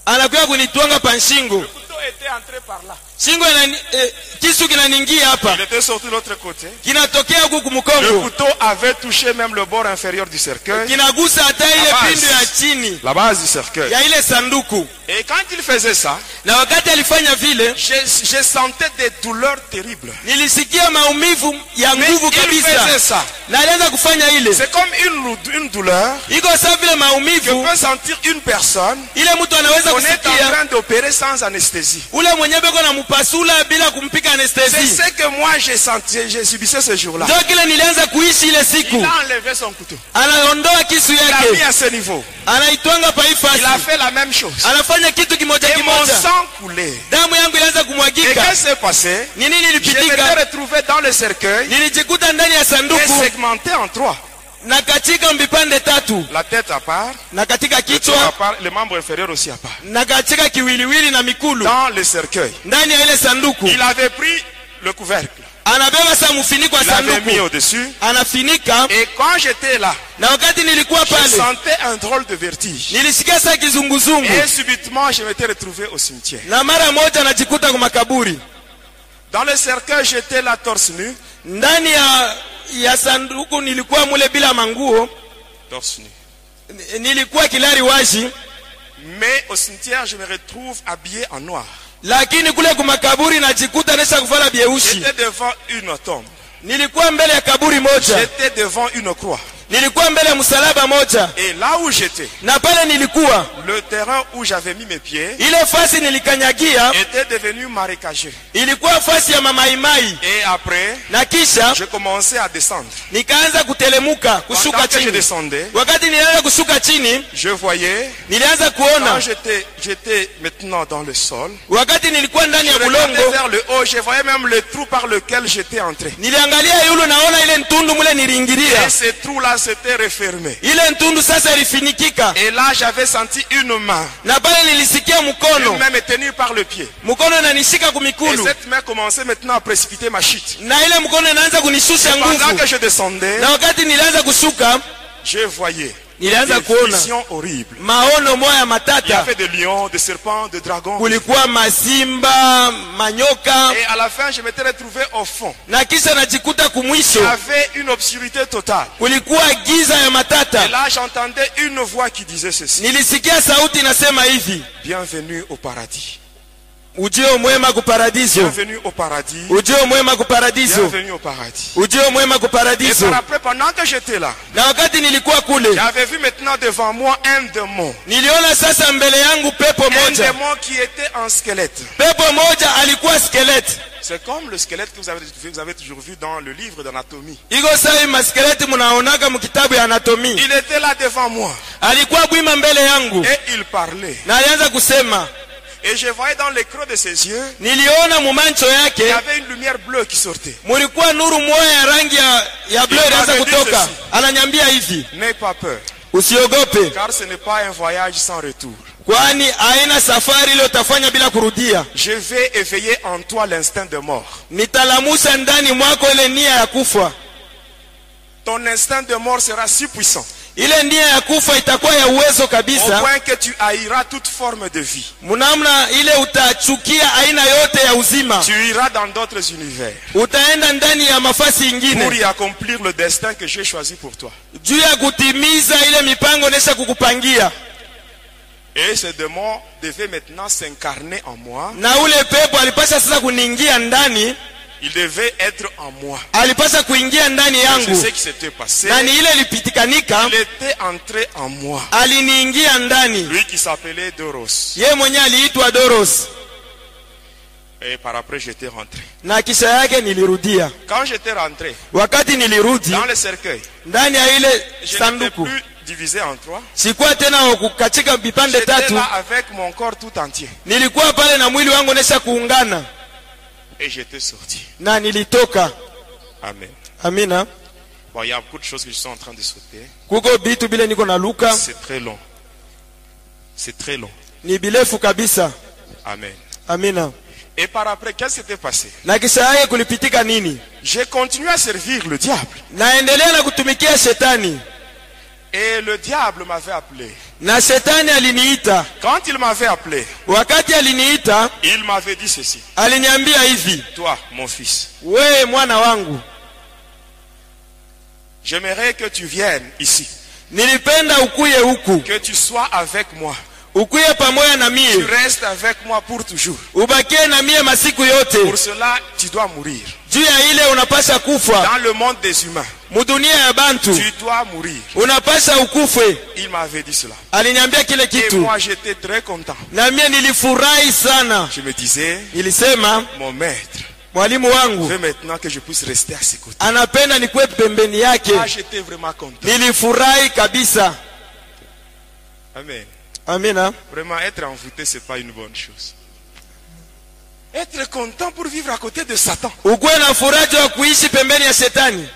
anakuya kunitwanga pa nshingo
Le couteau était entré par là.
shingo inani, eh, kisu kinaningia hapa
Il était sorti de l'autre côté.
kinatokea huku
Le
kumkongo
couteau avait touché même le bord inférieur du cercueil,
kinagusa hata ile
Abasi.
pindo ya chini
la base du cercueil.
ya ile sanduku
Et quand il faisait ça,
na wakati alifanya vile
j'ai j'ai sentais des douleurs terribles.
nilisikia maumivu ya
Mais
nguvu
il faisait
kabisa
ça.
na alianza kufanya ile
C'est comme une, lou- une douleur
iko sawa vile
que
maumivu
peut sentir une personne
ile mtu anaweza
qu'on est en
kusikia
train d'opérer sans anesthésie.
ule mwenyewe beko na mpasula bila kumpika
C'est
anestesi
ce que moi j'ai senti, j'ai subi ce jour-là.
ndio kile nilianza kuishi ile
Il
siku
a enlevé son couteau.
anaondoa kisu
Il l'a mis
yake
à ce niveau.
anaitwanga
Il a
paifasi
fait la même chose.
anafanya kitu kimoja
Et mon
kimoja
sang coulait.
damu yangu ilianza
Et qu'est-ce qui
kumwagika
s'est passé
ni nini
Je m'étais
ilipitika
retrouvé dans le cercueil
nilijikuta ndani ya
et
sanduku
segmenté en trois.
na katika vipande tatu
La tête à part,
na katika
tout à
kichwa
part, les membres inférieurs aussi à part.
na katika kiwiliwili na mikulu
Dans le cercueil.
ndani ya ile sanduku
Il avait pris le couvercle.
anabeba saa mfuniko wa
Il l'avait mis
sanduku
au-dessus.
anafinika
Et quand j'étais là,
na wakati nilikuwa
je
pale
sentais un drôle de vertige.
nilisikia saa kizunguzungu
Et subitement, je m'étais retrouvé au cimetière.
na mara moja najikuta kwa makaburi
Dans le cercueil, j'étais là torse nu.
ndani ya ya sanduku nilikuwa mule bila manguo
Torse nu.
N- nilikuwa kilari washi
Mais au cimetière, je me retrouve habillé en noir.
lakini kule kwa makaburi najikuta nesha kuvala byeushi
J'étais devant une tombe.
nilikuwa mbele ya kaburi moja
J'étais devant une croix.
nilikuwa mbele ya msalaba moja
Et là où j'étais,
na pale nilikuwa
le terrain où j'avais mis mes pieds
ile fasi nilikanyagia
était devenu marécageux.
ilikuwa fasi ya mamaimai
Et après,
na kisha
je commençais à descendre.
nikaanza kutelemuka
Pendant
kushuka
que je
chini
descendais,
wakati nilianza kushuka chini
je voyais,
nilianza
quand
kuona
j'étais j'étais maintenant dans le sol,
wakati nilikuwa ndani
je
ya
regardais
bulongo
vers le haut, je voyais même le trou par lequel j'étais entré.
niliangalia yulu naona ile ntundu mule
Et
niliingilia
ce trou-là s'était refermé.
ile ntundu sasa ilifinikika
Et là, j'avais senti une main,
na pale nilisikia
une
mkono
main me tenue par le pied.
mkono inanishika
Et
kumikulu
cette main commençait maintenant à précipiter ma chute.
na ile mkono inaanza kunishusha
Pendant
nguvu
que je descendais,
na wakati nilianza kushuka
je voyais
nilianza
des
kuona
visions horribles.
maono moya
Il y
matata
avait des lions, des serpents, des dragons.
kulikuwa masimba manyoka
Et à la fin, je m'étais retrouvé au fond.
na kisha najikuta
Il y
kumwisho
avait une obscurité totale.
kulikuwa giza ya
Et
matata
là, j'entendais une voix qui disait ceci.
nilisikia sauti inasema hivi
Bienvenue au paradis.
ujio mwema kuparadiso
Bienvenue au paradis.
ujio mwema kuparadiso
Bienvenue au paradis.
ujio mwema
Et par
kuparadiso
après, pendant que j'étais là,
na wakati nilikuwa kule
j'avais vu maintenant devant moi un démon.
niliona sasa mbele yangu pepo
Un
moja
démon qui était en squelette.
pepo moja alikuwa skeleti
C'est comme le squelette que vous avez, vous avez toujours vu dans le livre d'anatomie.
iko sawi maskeleti munaonaga mukitabu ya anatomi
Il était là devant moi
alikuwa bwima mbele yangu
et il parlait.
na alianza kusema
Et je voyais dans les creux de ses yeux,
niliona mumancho
il y
yake
avait une lumière bleue qui sortait.
mulikuwa nuru moya ya rangi ya, ya blue ilianza
Ikawa
kutoka
ndiyo sisi.
ananyambia hivi
N'aie pas peur,
usiogope
car ce n'est pas un voyage sans retour.
kwani haina safari ile utafanya bila kurudia
Je vais éveiller en toi l'instinct de mort.
nitalamusha ndani mwako ile nia ya kufa
Ton instinct de mort sera si puissant
ile nia ya kufa itakuwa ya uwezo
au
kabisa
point que tu haïras toute forme de vie.
mnamna ile utachukia aina yote ya uzima
Tu iras dans d'autres univers
utaenda ndani ya mafasi
pour
ingine
y accomplir le destin que j'ai choisi pour toi.
juu ya kutimiza ile mipango nesha kukupangia
Et ce démon devait maintenant s'incarner en moi.
na ule pepo alipasha sasa kuniingia ndani
Il devait être en moi.
alipasha kuingia ndani
Je
yangu
sais qui s'était passé.
na ni ile ilipitikanika
Il était entré en moi.
aliniingia ndani
Lui qui s'appelait Doros.
ye mwenyewe aliitwa doros
Et par après, j'étais rentré.
na kisha yake nilirudia
Quand j'étais rentré
wakati nilirudi
dans le cercueil,
ndani ya ile
je n'étais
sanduku
plus divisé en trois.
sikuwa tena huku katika vipande
J'étais
tatu
là avec mon corps tout entier
nilikuwa pale na mwili wangu nesha kuungana
et j'étais sorti.
na nilitoka
Amen.
amina
Bon, il y a beaucoup de choses que je suis en train de sauter.
kuko bitu bile niko na luka
C'est très long. C'est très long.
ni birefu kabisa
Amen.
amina
Et par après, qu'est-ce qui s'était passé
na kisha yake kulipitika nini
J'ai continué à servir le diable.
naendelea na kutumikia shetani
Et le diable m'avait appelé.
na shetani aliniita
Quand il m'avait appelé,
wakati aliniita
il m'avait dit ceci.
aliniambia hivi
Toi, mon fils,
wewe mwana wangu
j'aimerais que tu viennes ici.
nilipenda ukuye huku
Que tu sois avec moi.
ukuye pamoja na
Tu
mie
restes avec moi pour toujours.
ubakie na mie masiku yote
Pour cela, tu dois mourir.
juu ya ile unapasha kufa
Dans le monde des humains,
mudunia ya bantu
tu dois mourir.
unapasha ukufe
Il m'avait dit cela.
aliniambia kile
Et
kitu
moi, j'étais très content.
na mie nilifurahi sana
Je me disais,
nilisema
mon maître
mwalimu wangu
veut maintenant que je puisse rester à ses côtés.
anapenda nikuwe pembeni yake
Ah, j'étais vraiment content.
nilifurahi kabisa
Amen.
amina
Vraiment, être envoûté, c'est pas une bonne chose. Être content pour vivre à côté de Satan.
ukuwe na furaja wa kuishi pembeni ya shetani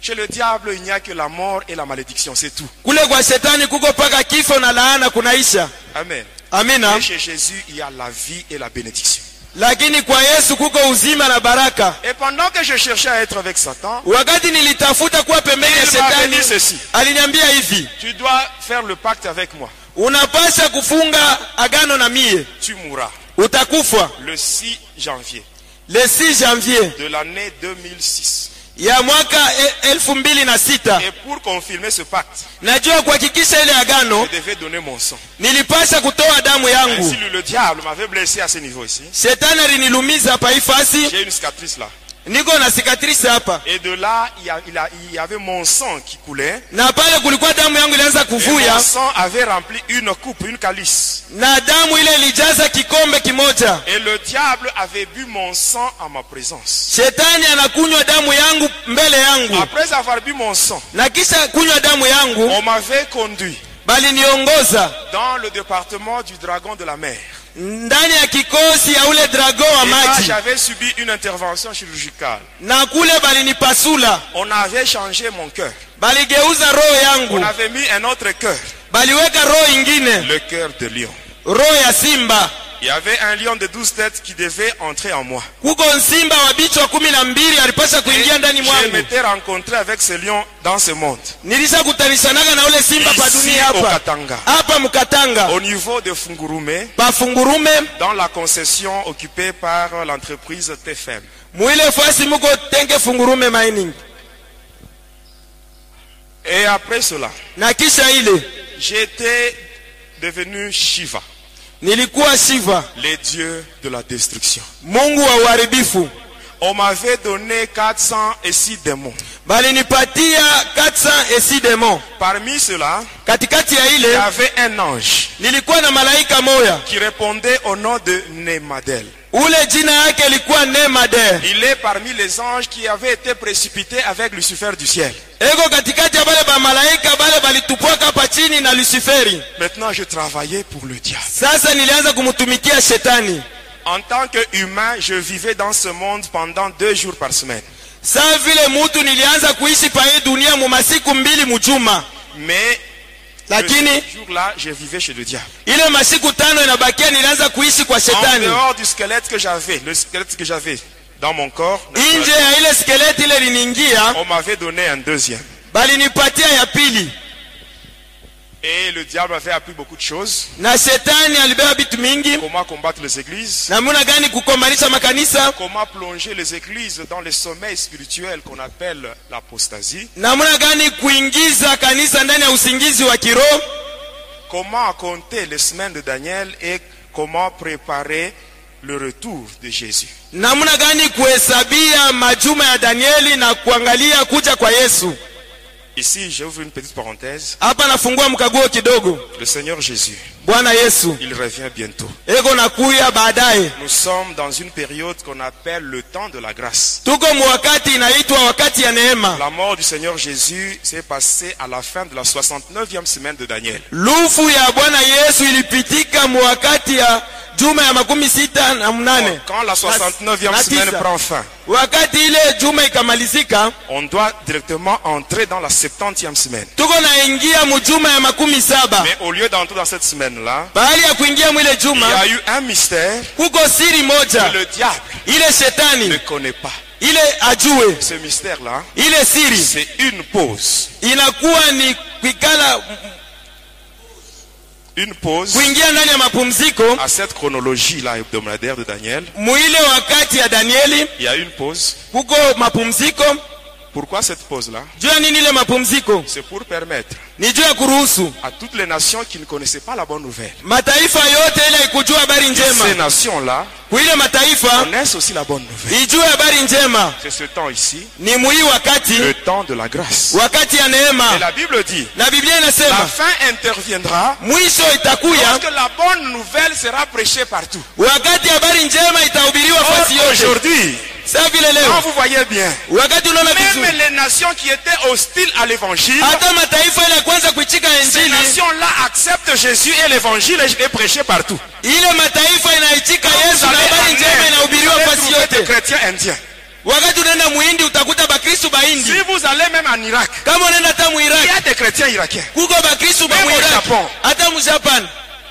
Chez le diable, il n'y a que la mort et la malédiction, c'est tout.
kule kwa shetani kuko mpaka kifo na laana kunaisha
Amen. Et
amina
chez Jésus, il y a la vie et la bénédiction.
lakini kwa yesu kuko uzima na baraka
Et pendant que je cherchais à être avec Satan,
wakati nilitafuta kuwa pembeni ya
il m'avait
shetani
dit ceci.
aliniambia hivi
Tu dois faire le pacte avec moi.
unapasha kufunga agano na mie
Tu mourras
utakufa
le 6 janvier
le 6 janvier
de l'année 2006.
ya mwaka e- elfu mbili na sita
Et pour confirmer ce pacte,
najua kuhakikisha ile
je
agano
devais donner mon sang.
nilipasha kutoa damu yangu
Ainsi, le le diable m'avait blessé à ce niveau ici.
shetani alinilumiza paifasi
J'ai une cicatrice là.
niko na sikatrisi hapa
Et de là, il y, a- il a- il y avait mon sang qui coulait.
na pale kulikuwa damu yangu ilianza
Et mon
kuvuya
sang avait rempli une coupe, une calice.
na damu ile ilijaza kikombe kimoja
Et le diable avait bu mon sang en ma présence.
shetani anakunywa damu yangu mbele yangu
Après avoir bu mon sang,
na kisha kunywa damu yangu
on m'avait conduit
bali niongoza
dans le département du dragon de la mer.
ndani ya kikosi ya ule drago wa
Et là,
maji
j'avais subi une intervention chirurgicale.
na kule balinipasula
On avait changé mon cœur.
baligeuza roho
On
yangu
avait mis un autre cœur,
baliweka roho ingine
le cœur de lion.
roho ya simba
Il y avait un lion de douze têtes qui devait entrer en moi.
kuko nsimba wa bichwa kumi na mbili alipasha
Et
kuingia ndani
je
mwangu
m'étais rencontré avec ce lion dans ce monde.
nilishakutanishanaga na ule simba pa
Ici,
dunia
au
hapa
Katanga,
hapa mkatanga
au niveau de Fungurume,
pafungurume
dans la concession occupée par l'entreprise TFM.
mwile fasi muko tenge fungurume mining
Et après cela,
na kisha ile
j'étais devenu Shiva,
nilikuwa shiva
les dieux de la destruction.
mungu wa uharibifu
On m'avait donné 406 démons.
balinipatia 400 esi demon
Parmi ceux-là,
katikati ya
il y
ile
avait un ange
nilikuwa na malaika moya
qui répondait au nom de Nemadel.
ule jina yake ilikuwa nemader
Il est parmi les anges qui avaient été précipités avec Lucifer du ciel.
eko katikati ya bale bamalaika bale balitupwaka hapa chini na lusiferi
Maintenant, je travaillais pour le diable.
sasa nilianza kumtumikia shetani
En tant qu'humain, je vivais dans ce monde pendant deux jours par semaine.
saa vile mutu nilianza kuishi pa hii dunia mumasiku mbili mujuma
Mais
lakini
ce jour-là, je vivais chez le diable.
ile masiku tano inabakia nilianza kuishi kwa
En
shetani
dehors du squelette que j'avais, le squelette que j'avais dans mon corps,
nje ya ile skeleti ile liniingia
on m'avait donné un deuxième.
balinipatia ya pili
Et le diable avait appris beaucoup de choses.
na shetani alibeba vitu mingi
Comment combattre les églises,
namuna gani kukombanisha makanisa
comment plonger les églises dans les sommeils spirituels qu'on appelle l'apostasie,
namuna gani kuingiza kanisa ndani ya usingizi wa kiroho
comment compter les semaines de Daniel et comment préparer le retour de Jésus.
namuna gani kuhesabia majuma ya danieli na kuangalia kuja kwa yesu
Ici, j'ouvre une petite parenthèse.
hapa nafungua mkaguo kidogo
Le Seigneur Jésus
bwana yesu
Il revient bientôt.
eko nakuya baadaye
Nous sommes dans une période qu'on appelle le temps de la grâce.
tuko mu wakati inaitwa wakati ya neema
La mort du Seigneur Jésus s'est passée à la fin de la 69e semaine de Daniel.
lufu ya bwana yesu ilipitika mu wakati ya juma ya makumi sita na mnane
Quand la 69e
Na-
semaine
na-
prend fin,
wakati ile juma ikamalizika
on doit directement entrer dans la 70e semaine.
tuko naingia mu juma ya makumi saba
Mais au lieu d'entrer dans cette semaine-là,
bahali ya kuingia mwile
il y
juma
a eu un mystère
kuko siri
que
moja
le diable
ile
ne
shetani
connaît pas.
ile ajue
Ce mystère-là,
ile siri
c'est une pause.
inakuwa ni kuikala
Une pause
kuingia ndani ya mapumziko
à cette chronologie-là hebdomadaire de Daniel.
muile wakati ya danieli
Il y a une pause.
kuko mapumziko
Pourquoi cette pause-là
juu ya nini ile mapumziko
C'est pour permettre
ni juu ya kuruhusu
à toutes les nations qui ne connaissaient pas la bonne nouvelle.
mataifa yote ile ikujua habari
Ces
njema
nations-là
kuile mataifa
connaissent aussi la bonne nouvelle.
ijue habari njema
C'est ce temps ici,
ni muhii wakati
le temps de la grâce.
wakati ya
Et
neema
la Bible dit,
na biblia
la
inasema
fin interviendra
mwisho itakuya
lorsque la bonne nouvelle sera prêchée partout.
wakati habari njema itahubiriwa
Or,
fasi yote
Aujourd'hui,
sa vile
quand
leo
vous voyez bien,
wakati unaona
même
vizuri
les nations qui étaient hostiles à l'évangile,
hata mataifa ile ya kwanza kuichika
ces
injili
nations-là acceptent Jésus et l'évangile est prêché partout.
ile mataifa inaichika yesu
Vous
na
allez en
habari njema
Inde,
inahubiriwa
vous allez
fasi
trouver des
yote
chrétiens indiens.
wakati unaenda muhindi utakuta bakristu bahindi
Si vous allez même en Irak,
kama unaenda hata
il y
muiraki
a des chrétiens irakiens.
kuko bakristu
Même au
bamuiraki
Japon.
hata mujapani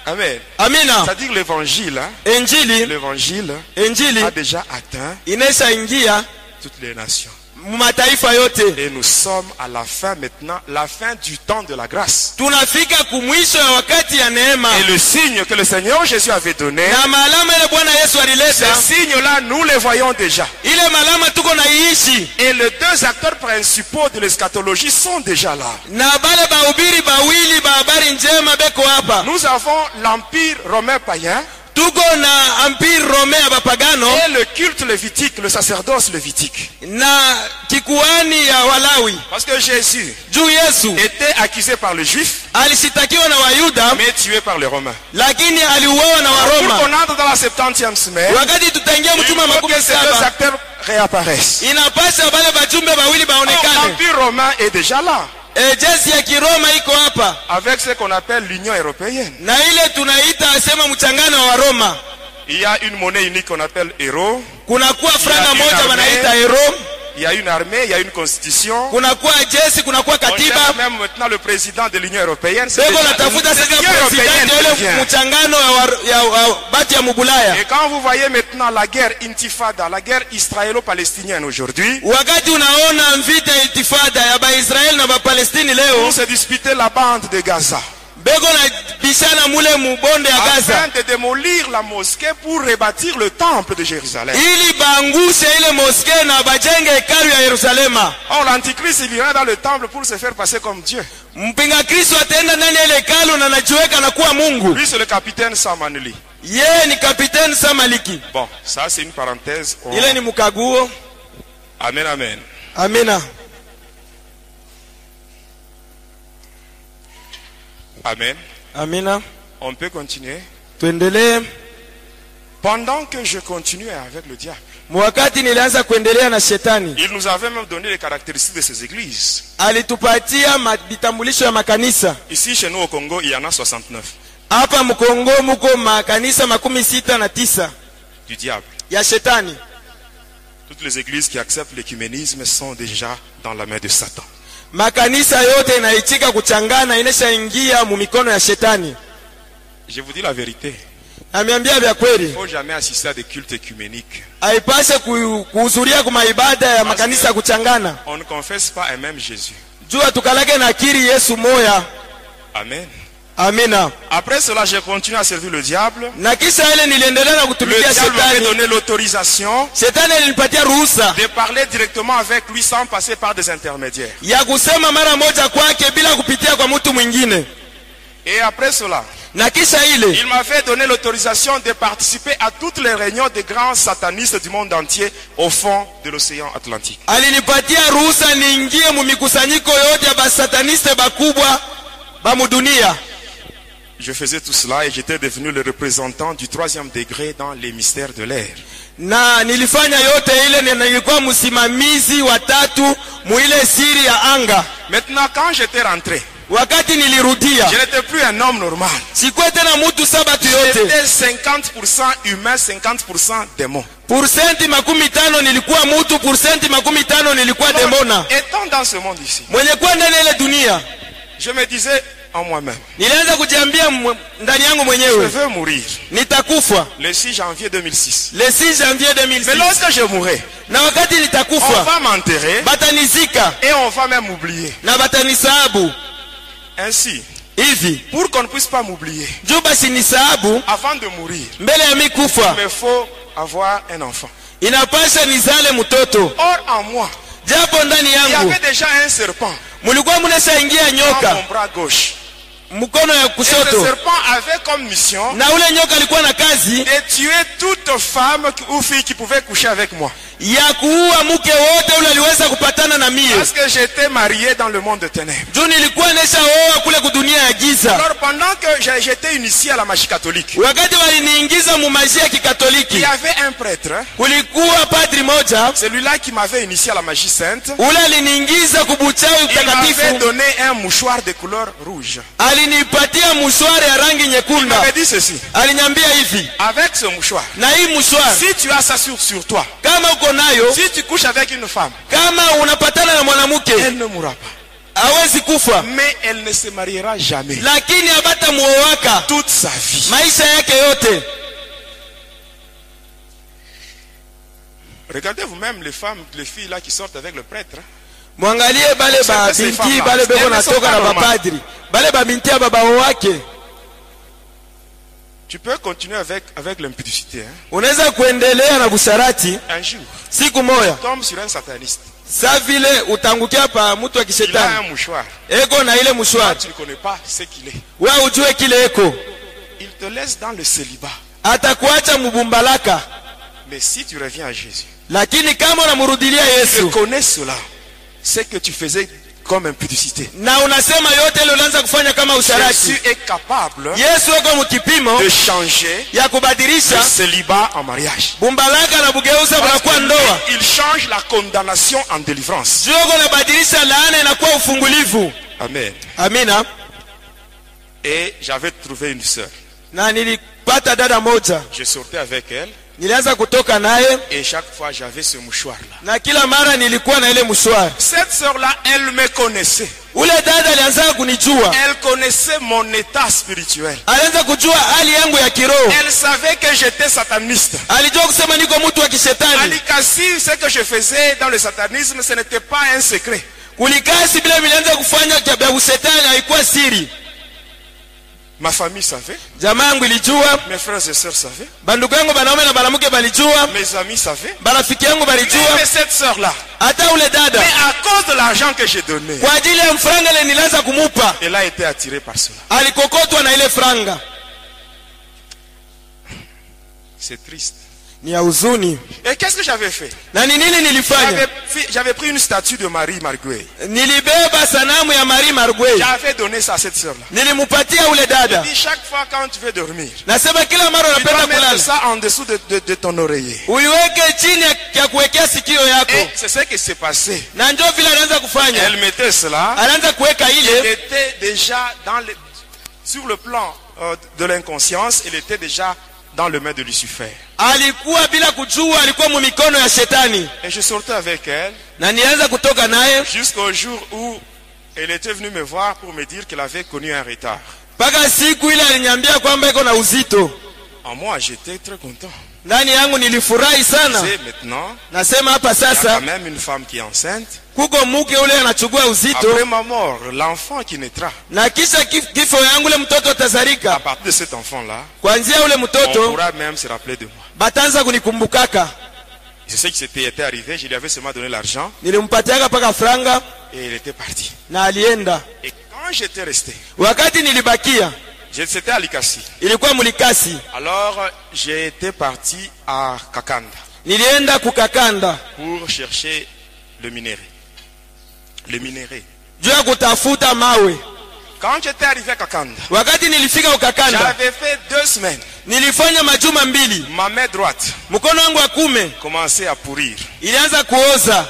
Amen.
amina
C'est-à-dire l'évangile, hein,
injili
l'évangile
injili
a déjà atteint
inaishaingia
toutes les nations.
mu mataifa yote
Et nous sommes à la fin maintenant, la fin du temps de la grâce.
tunafika kumwisho ya wakati ya neema
Et le signe que le Seigneur Jésus avait donné,
na maalama ile bwana yesu
ce
alileta
signe-là, nous les voyons déjà.
ile maalama tuko naiishi
Et les deux acteurs principaux de l'eschatologie sont déjà là.
na bale bahubiri bawili ba habari njema beko hapa
Nous avons l'empire romain païen
tuko na ampire rome ya bapagano
et le culte lévitique, le sacerdoce lévitique.
na kikuani ya walawi
Parce que Jésus
juu yesu
était accusé par les juifs,
alishitakiwa na wayuda
mais tué par les romains.
lakini aliuawa na
Pour
waroma
qu'on entre dans la 70e semaine,
wakati tutaingia
il
mjuma
faut
makumi
que ces deux
saba
acteurs réapparaissent.
inapasa bale bajumbe bawili
Or,
baonekane
L'empire romain est déjà là,
e, jesi ya kiroma iko hapa
avec ce qu'on appelle l'Union européenne.
na ile tunaita asema mchangano wa waroma
Il y a une monnaie unique qu'on appelle euro,
kunakuwa franga
Yaani
moja
armee.
wanaita euro
il y a une armée, il y a une constitution.
kunakuwa jesi kunakuwa
On cherche
katiba
même maintenant le président de l'Union européenne. c'est
beko
déjà-
natafuta
c'est
sasa
l'Union européenne
presidenti ya
qui vient.
ule mchangano ya wa- ya- ya bati ya mubulaya
Et quand vous voyez maintenant la guerre intifada, la guerre israélo-palestinienne aujourd'hui,
wakati unaona mvita ya iltifada ya baisraeli na bapalestini
on
leo
se disputait la bande de Gaza.
beko nabishana mule mubonde ya
Afin
gaza
de démolir la mosquée pour rebâtir le temple de Jérusalem.
ili baangushe ile moske na bajenge hekalu ya yerusalema
Or, Oh, l'antichrist, il ira dans le temple pour se faire passer comme Dieu.
mpinga kristo ataenda ndani ya ile hekalu na anajiweka na kuwa mungu
Lui, c'est le capitaine Samanuli.
yeye ni kapiteni samaliki
Bon, ça, c'est une parenthèse. On-
ile ni mkaguo
Amen, amen.
amina
Amen.
amina
On peut continuer.
tuendelee
Pendant que je continuais avec le diable,
wakati nilianza kuendelea na shetani
il nous avait même donné les caractéristiques de ces églises.
alitupatia ma- vitambulisho ya makanisa
Ici, chez nous au Congo, il y en a 69
hapa mkongo muko makanisa makumi sita na tisa
du diable.
ya shetani
Toutes les églises qui acceptent l'écuménisme sont déjà dans la main de Satan.
makanisa yote inaichika kuchangana ineshaingia mu mikono ya shetani
Je vous dis la vérité.
ameambia vya
Il
kweli
ne faut jamais assister à des cultes écuméniques.
aipashe ku- kuhudhuria kumaibada ya makanisa ya kuchangana
On ne confesse pas un même Jésus.
jua tukalake na akiri yesu moya
Amen.
amina
Après cela, j'ai continué à servir le diable.
na kisha ile niliendelea na
Le
kutumikia
diable m'avait
shetani
donné l'autorisation
shetani alinipatia ruhusa
de parler directement avec lui sans passer par des intermédiaires.
ya kusema mara moja kwake bila kupitia kwa mtu mwingine
Et après cela,
na kisha ile
il m'avait donné l'autorisation de participer à toutes les réunions des grands satanistes du monde entier au fond de l'océan Atlantique.
alinipatia ruhusa niingie mu mikusanyiko yote ya basataniste bakubwa ba mudunia
je faisais tout cela et j'étais devenu le représentant du troisième degré dans les mystères de l'air.
na nilifanya yote ile na nilikuwa msimamizi wa tatu muile siri ya anga
Maintenant, quand j'étais rentré,
wakati nilirudia
je n'étais plus un homme normal.
sikuwa tena mutu sabatu yote
J'étais 50% humain, 50% démon.
pursenti makumi tano nilikuwa mutu pursenti makumi tano nilikuwa demona
Étant dans ce monde ici,
mwenye kuwa ndani ya ile dunia
je me disais en moi-même,
nilianza kujiambia mwe- ndani yangu
je
mwenyewe
veux mourir
nitakufa
le 6 janvier 2006.
le 6 janvier
Mais
2006
lorsque je mourrai,
na wakati
on
nitakufa
va m'enterrer
batanizika
et on va même m'oublier.
na batanisahabu
Ainsi,
hivi
pour qu'on ne puisse pas m'oublier,
juu basinisahabu
avant de mourir,
mbele ya mikufa
il me faut avoir un enfant.
inapasha nizale mtoto
Or, en moi,
japo ndani
il y
yangu
avait déjà un serpent
mulikuwa mnashaingia
dans mon
nyoka
bras gauche.
mkono ya
Et ce
kushoto
serpent avait comme mission
na ule nyoka alikuwa na kazi
de tuer toute femme ou fille qui pouvait coucher avec moi.
ya kuua mke wote ule aliweza kupatana na mie
Parce que j'étais marié dans le monde de ténèbres.
juu nilikuwa neshaoa kule kudunia ya giza
Alors pendant que j'ai- j'étais initié à la magie catholique,
wakati waliniingiza mumaji ya
il y
kikatoliki
avait un prêtre, hein,
kulikuwa padri moja
celui-là qui m'avait initié à la magie sainte.
ule aliniingiza kubuchawi
Il m'avait
mtakatifu
donné un mouchoir de couleur rouge.
alinipatia mushwari ya rangi
Il
nyekunda
m'avait dit ceci.
aliniambia hivi
Avec ce mouchoir,
na hii mushwari
si tu as ça sur, sur toi,
kama uko nayo
si tu couches avec une femme,
kama unapatana na mwanamke
elle ne mourra pas.
hawezi kufa
Mais elle ne se mariera jamais.
lakini abata muowaka
Toute sa vie.
maisha yake yote
Regardez vous-même les femmes, les filles là qui sortent avec le prêtre. hein.
mwangalie bale babinti bale beko natoka na bapadri bale babinti ya babao wake
Tu peux continuer avec, avec l'impudicité. hein.
unaweza kuendelea na busharati
Un jour,
siku moya
tombe sur un sataniste.
sa vile utaangukia pa mtu wa
Il a un
kishetani
mouchoir.
eko na ile mshwari
Tu ne connais pas ce qu'il est.
we ujue kile eko
Il te laisse dans le célibat.
atakuacha mubumbalaka
Mais si tu reviens à Jésus,
lakini kama unamurudilia
tu
yesu
connais cela. Ce que tu faisais comme impudicité.
na unasema yote ile ulianza kufanya kama usharati
Jésus est capable
yesu eko mukipimo
de changer
ya
le
kubadilisha
célibat en mariage.
bumbalaka na bugeuza
Parce que
unakuwa ndoa
lui, il change la condamnation en délivrance.
jogo nabadilisha laana inakuwa ufungulivu
Amen.
amina
Et j'avais trouvé une sœur.
na nilipata dada moja
Je sortais avec elle
nilianza kutoka naye
et chaque fois j'avais ce mouchoir-là.
na kila mara nilikuwa na ile mshwari
Cette sœur-là, elle me connaissait.
ule dada alianza kunijua
Elle connaissait mon état spirituel.
alianza kujua hali yangu ya kiroho
Elle savait que j'étais sataniste.
alijua kusema niko mtu wa kishetani
Alikasi, ce que je faisais dans le satanisme, ce n'était pas un secret.
kulikasi bila nilianza kufanya kia- vya ushetani haikuwa siri
Ma famille savait,
jamaa yangu ilijua
mes frères et sœurs savaient,
bandugu yangu banaume na banamke balijua
mes amis savaient.
barafiki yangu balijua
Mais cette sœur-là,
hata ule
mais
dada
à cause de l'argent que j'ai donné,
kwa ajili ya mfranga ile nilianza kumupa
elle a été attirée par cela.
alikokotwa na ile franga
C'est triste.
ni ya huzuni
Et qu'est-ce que j'avais fait
na ni nini
J'avais
nilifanya
pris- J'avais pris une statue de Marie Marguerite.
nilibeba sanamu ya marie margwei
J'avais donné ça à cette sœur-là.
nilimupatia ule dada
Dis chaque fois quand tu veux dormir,
nasema kila mara
tu dois
unapenda
mettre
kulala
ça en dessous de, de- de ton oreiller.
uiweke chini ya- ya kuwekea sikio
Et
yako
c'est ce qui s'est passé.
na njo vile anaanza kufanya
Elle mettait cela.
anaanza kuweka
Elle
ile
était déjà dans le, sur le plan euh, de l'inconscience. Elle était déjà dans le main de Lucifer.
alikuwa bila kujua alikuwa mu mikono ya shetani
Et je sortais avec elle
na nilianza kutoka naye
jusqu'au jour où elle était venue me voir pour me dire qu'elle avait connu un retard.
mpaka siku ile aliniambia kwamba iko na uzito
En moi, j'étais très content.
ndani yangu nilifurahi sana
C'est maintenant,
nasema hapa
il y a quand
sasa
même une femme qui est enceinte.
kuko mke ule anachugua uzito
Après ma mort, l'enfant qui naîtra,
na kisha kif- kifo yangu ule mtoto
à
atazarika
partir de cet enfant-là,
kwanzia ule
on
mtoto
pourra même se rappeler de moi.
batanza kunikumbukaka
Je sais que c'était était arrivé, je lui avais seulement donné l'argent
nilimpatiaka mpaka franga
et il était parti.
na alienda
Et quand j'étais resté,
wakati nilibakia
je- c'était à Likasi.
ilikuwa mulikasi
Alors euh, j'étais parti à Kakanda
nilienda kukakanda
pour chercher le minerai. Le minerai.
juu ya kutafuta mawe
Quand j'étais arrivé à Kakanda,
wakati nilifika ukakanda
j'avais fait deux semaines.
nilifanya majuma mbili
Ma main droite
mkono wangu wa kume
commençait à pourrir.
ilianza kuoza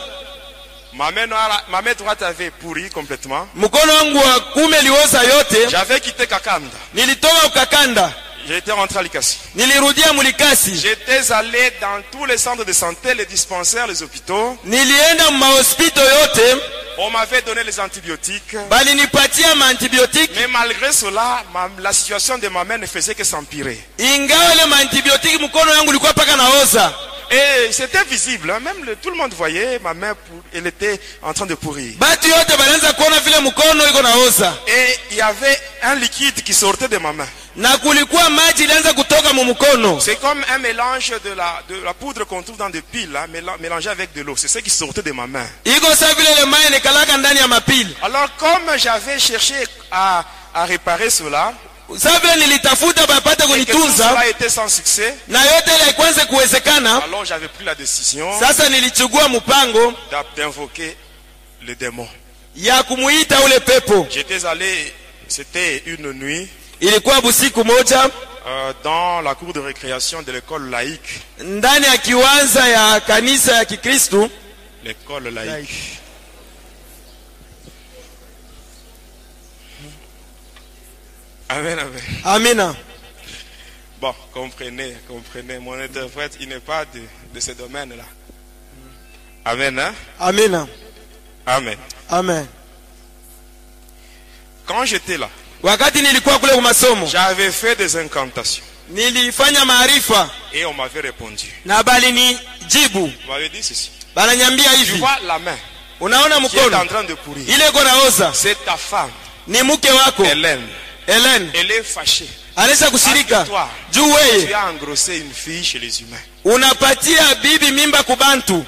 Ma main, noire- ma main droite avait pourri complètement.
mkono wangu wa kume lioza yote
J'avais quitté Kakanda.
nilitoka ukakanda
J'étais rentré à Likasi.
nilirudia mulikasi
J'étais allé dans tous les centres de santé, les dispensaires, les hôpitaux.
nilienda mahospito yote
On m'avait donné les antibiotiques.
balinipatia maantibiotiki
Mais malgré cela, ma- la situation de ma mère ne faisait que s'empirer.
ingawa ile maantibiotiki mkono yangu ulikuwa mpaka naoza
Et c'était visible, hein, même le- tout le monde voyait, ma mère, pour- elle était en train de pourrir.
batu yote balianza kuona vile mkono iko naoza
Et il y avait un liquide qui sortait de ma main.
na kulikuwa maji ilianza kutoka mu mkono
C'est comme un mélange de la, de la poudre qu'on trouve dans des piles, hein, méla- mélangée avec de l'eau. C'est ce qui sortait de ma main.
iko saa vile ile maji nikalaka ndani ya mapili
Alors comme j'avais cherché à, à réparer cela,
saa vile nilitafuta bapate
et que tout
kunitunza
cela était sans succès,
na yote ile haikuanze kuwezekana
hein. alors j'avais pris la décision
sasa nilichugua mpango
d'ab- d'invoquer le démon.
ya kumuita ule pepo
J'étais allé, c'était une nuit,
ilikuwa busiku moja
euh, dans la cour de récréation de l'école laïque.
ndani ya kiwanja ya kanisa ya kikristu
L'école laïque. Amen, amen.
amina
Bon, comprenez, comprenez. Mon interprète, il n'est pas de, de ce domaine-là. Amen, hein?
amina
Amen.
amen
Quand j'étais là,
wakati nilikuwa kule kumasomo
j'avais fait des incantations
nilifanya maarifa
et on m'avait répondu.
na balinijibu
On m'avait dit ceci.
bananyambia
Tu
hivi
vois la main
unaona
qui est en
mkono
train de pourrir.
ile iko naoza
C'est ta femme,
ni mke
Oh.
wako
Hélène.
helen
Elle est fâchée.
anaweza kushirika
Toi,
juu
tu
weye
as engrossé une fille chez les humains.
unapatia bibi mimba kubantu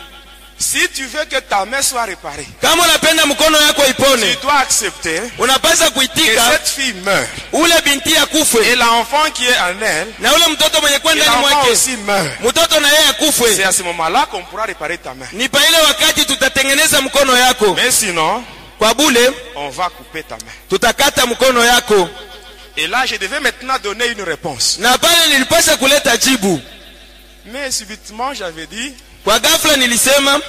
Si tu veux que ta main soit réparée,
kama unapenda mkono yako
tu
ipone
dois accepter
unapaswa
que
kuitika
cette fille meurt.
ule binti
Et
akufe
l'enfant qui est en elle,
na ule mtoto mwenye kuwa
et
ndani
l'enfant
mwake
aussi meurt.
mtoto na yeye
C'est
akufe
à ce moment-là qu'on pourra réparer ta main.
ni pa ile wakati tutatengeneza mkono yako
Mais sinon,
kwa bule
on va couper ta main.
tutakata mkono yako
Et là, je devais maintenant donner une réponse.
na pale nilipasha kuleta jibu
Mais subitement, j'avais dit,
kwa ghafla nilisema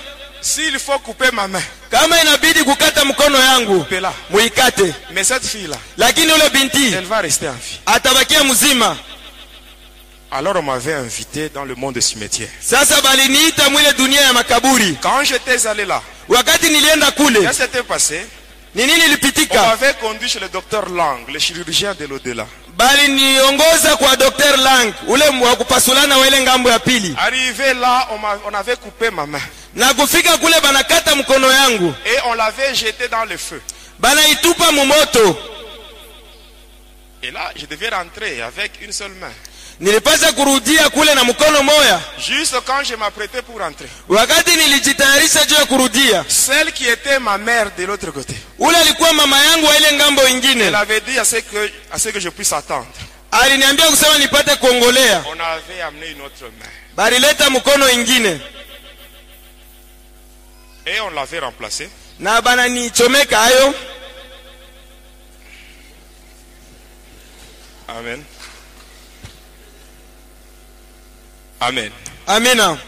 s'il faut couper ma main,
kama inabidi kukata mkono yangu
coupez-la.
muikate
Mais cette fille-là,
lakini ule binti
elle va rester en vie.
atabakia mzima
Alors on m'avait invité dans le monde des cimetières.
sasa baliniita mwile dunia ya makaburi
Quand j'étais allé là,
wakati nilienda kule
qu'est-ce qui s'était passé
ni nini
On
ilipitika
m'avait conduit chez le docteur Lang, le chirurgien de l'au-delà.
bali niongoza kwa dr lang ule wa kupasulana wa ile ngambo ya pili
Arrivé là, on, m'a- on avait coupé ma main
na kufika kule banakata mkono yangu
et on l'avait jeté dans le feu.
banaitupa mumoto
Et là, je devais rentrer avec une seule main.
nilipasa kurudia kule na mkono moya
Juste quand je m'apprêtais pour rentrer,
wakati nilijitayarisha juu ya kurudia
celle qui était ma mère de l'autre côté,
ule alikuwa mama yangu wa ile ngambo
elle
ingine
avait dit à ce que, à ce que je puisse attendre.
aliniambia kusema nipate kuongolea
On avait amené une autre main
balileta mkono ingine
et on l'avait remplacée.
na bananichomeka hayo
Amen. Amen.
amina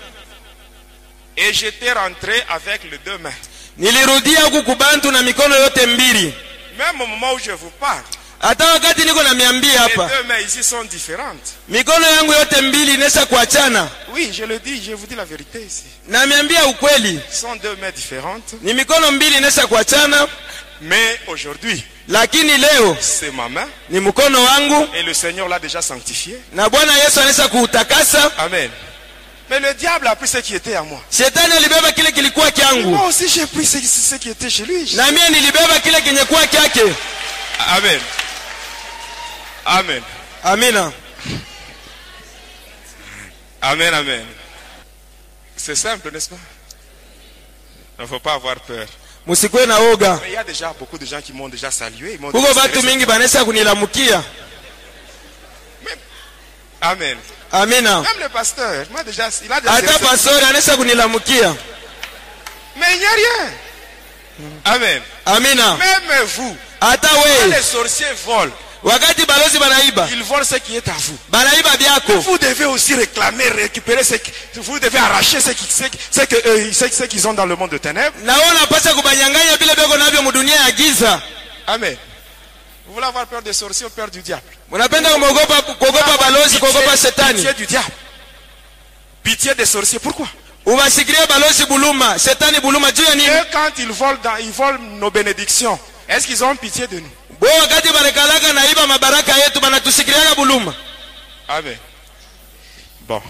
Et j'étais rentré avec les deux mains.
nilirudia huku kubantu na mikono yote mbili
Même au moment où je vous parle,
hata wakati niko na miambia
les
hapa
deux mains ici sont différentes.
mikono yangu yote mbili inaisha kuachana
Oui, je le dis, je vous dis la vérité ici.
na miambia ukweli
Ce sont deux mains différentes.
ni mikono mbili inaisha kuachana
Mais aujourd'hui,
lakini leo
c'est ma main
ni mkono wangu
et le Seigneur l'a déjà sanctifié.
na bwana yesu anaisha kuutakasa
Amen. Mais le diable a pris ce qui était à moi.
shetani alibeba kile kilikuwa
Moi
kyangu
aussi, j'ai pris ce, ce qui était chez lui.
na mie nilibeba kile kenye kuwa kyake
Amen. Amen.
amina
Amen, amen. C'est simple, n'est-ce pas Il ne faut pas avoir peur.
musikuwe na woga
Mais il y a déjà beaucoup de gens qui m'ont déjà salué. ils m'ont dit,
huko
c'est
batu
vrai,
mingi banaisha kunilamukia
c'est- Amen.
amina
Même le pasteur, moi déjà, il a déjà
hata
salué.
pasori anaisha kunilamukia
Mais il n'y a rien. Amen.
amina
Même vous,
ata
Quand
we
les sorciers volent,
wakati balozi banaiba
ils volent ce qui est à vous.
banaiba byako
Vous devez aussi réclamer, récupérer ce qui, vous devez arracher ce qui- ce qui- ce que, euh, ce- ce qu'ils ont dans le monde de ténèbres.
na wo napasa kubanyanganya vile vyako navyo mudunia ya giza
Amen. Vous voulez avoir peur des sorciers ou peur du diable?
munapenda kumogopa kuogopa balozi kuogopa shetani
Pitié du diable. Pitié des sorciers. Pourquoi?
uwashikilie balozi buluma shetani buluma juu ya nini
Eux, quand ils volent, dans- ils volent nos bénédictions, est-ce qu'ils ont pitié de nous?
bo wakati banakalaka naiba mabaraka yetu banatushikiliaka buluma
Amen. Bon.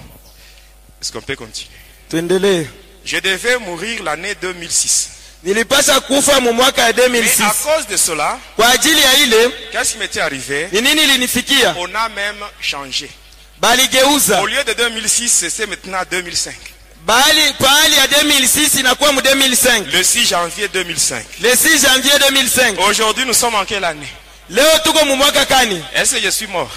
Est-ce qu'on peut continuer?
tuendelee
Je devais mourir l'année 2006.
nilipasa kufa mu mwaka ya
Mais à
2006
cause de cela,
kwa ajili ya ile
qu'est-ce qui m'était arrivé?
ni nini ilinifikia
On a même changé. Au
baligeuza
lieu de 2006, c'est maintenant 2005.
bali pahali ya 2006 inakuwa mu 2005
Le 6 janvier 2005.
le 6 janvier 2005
Aujourd'hui, nous sommes en quelle année
leo tuko mu mwaka kani
Est-ce que je suis mort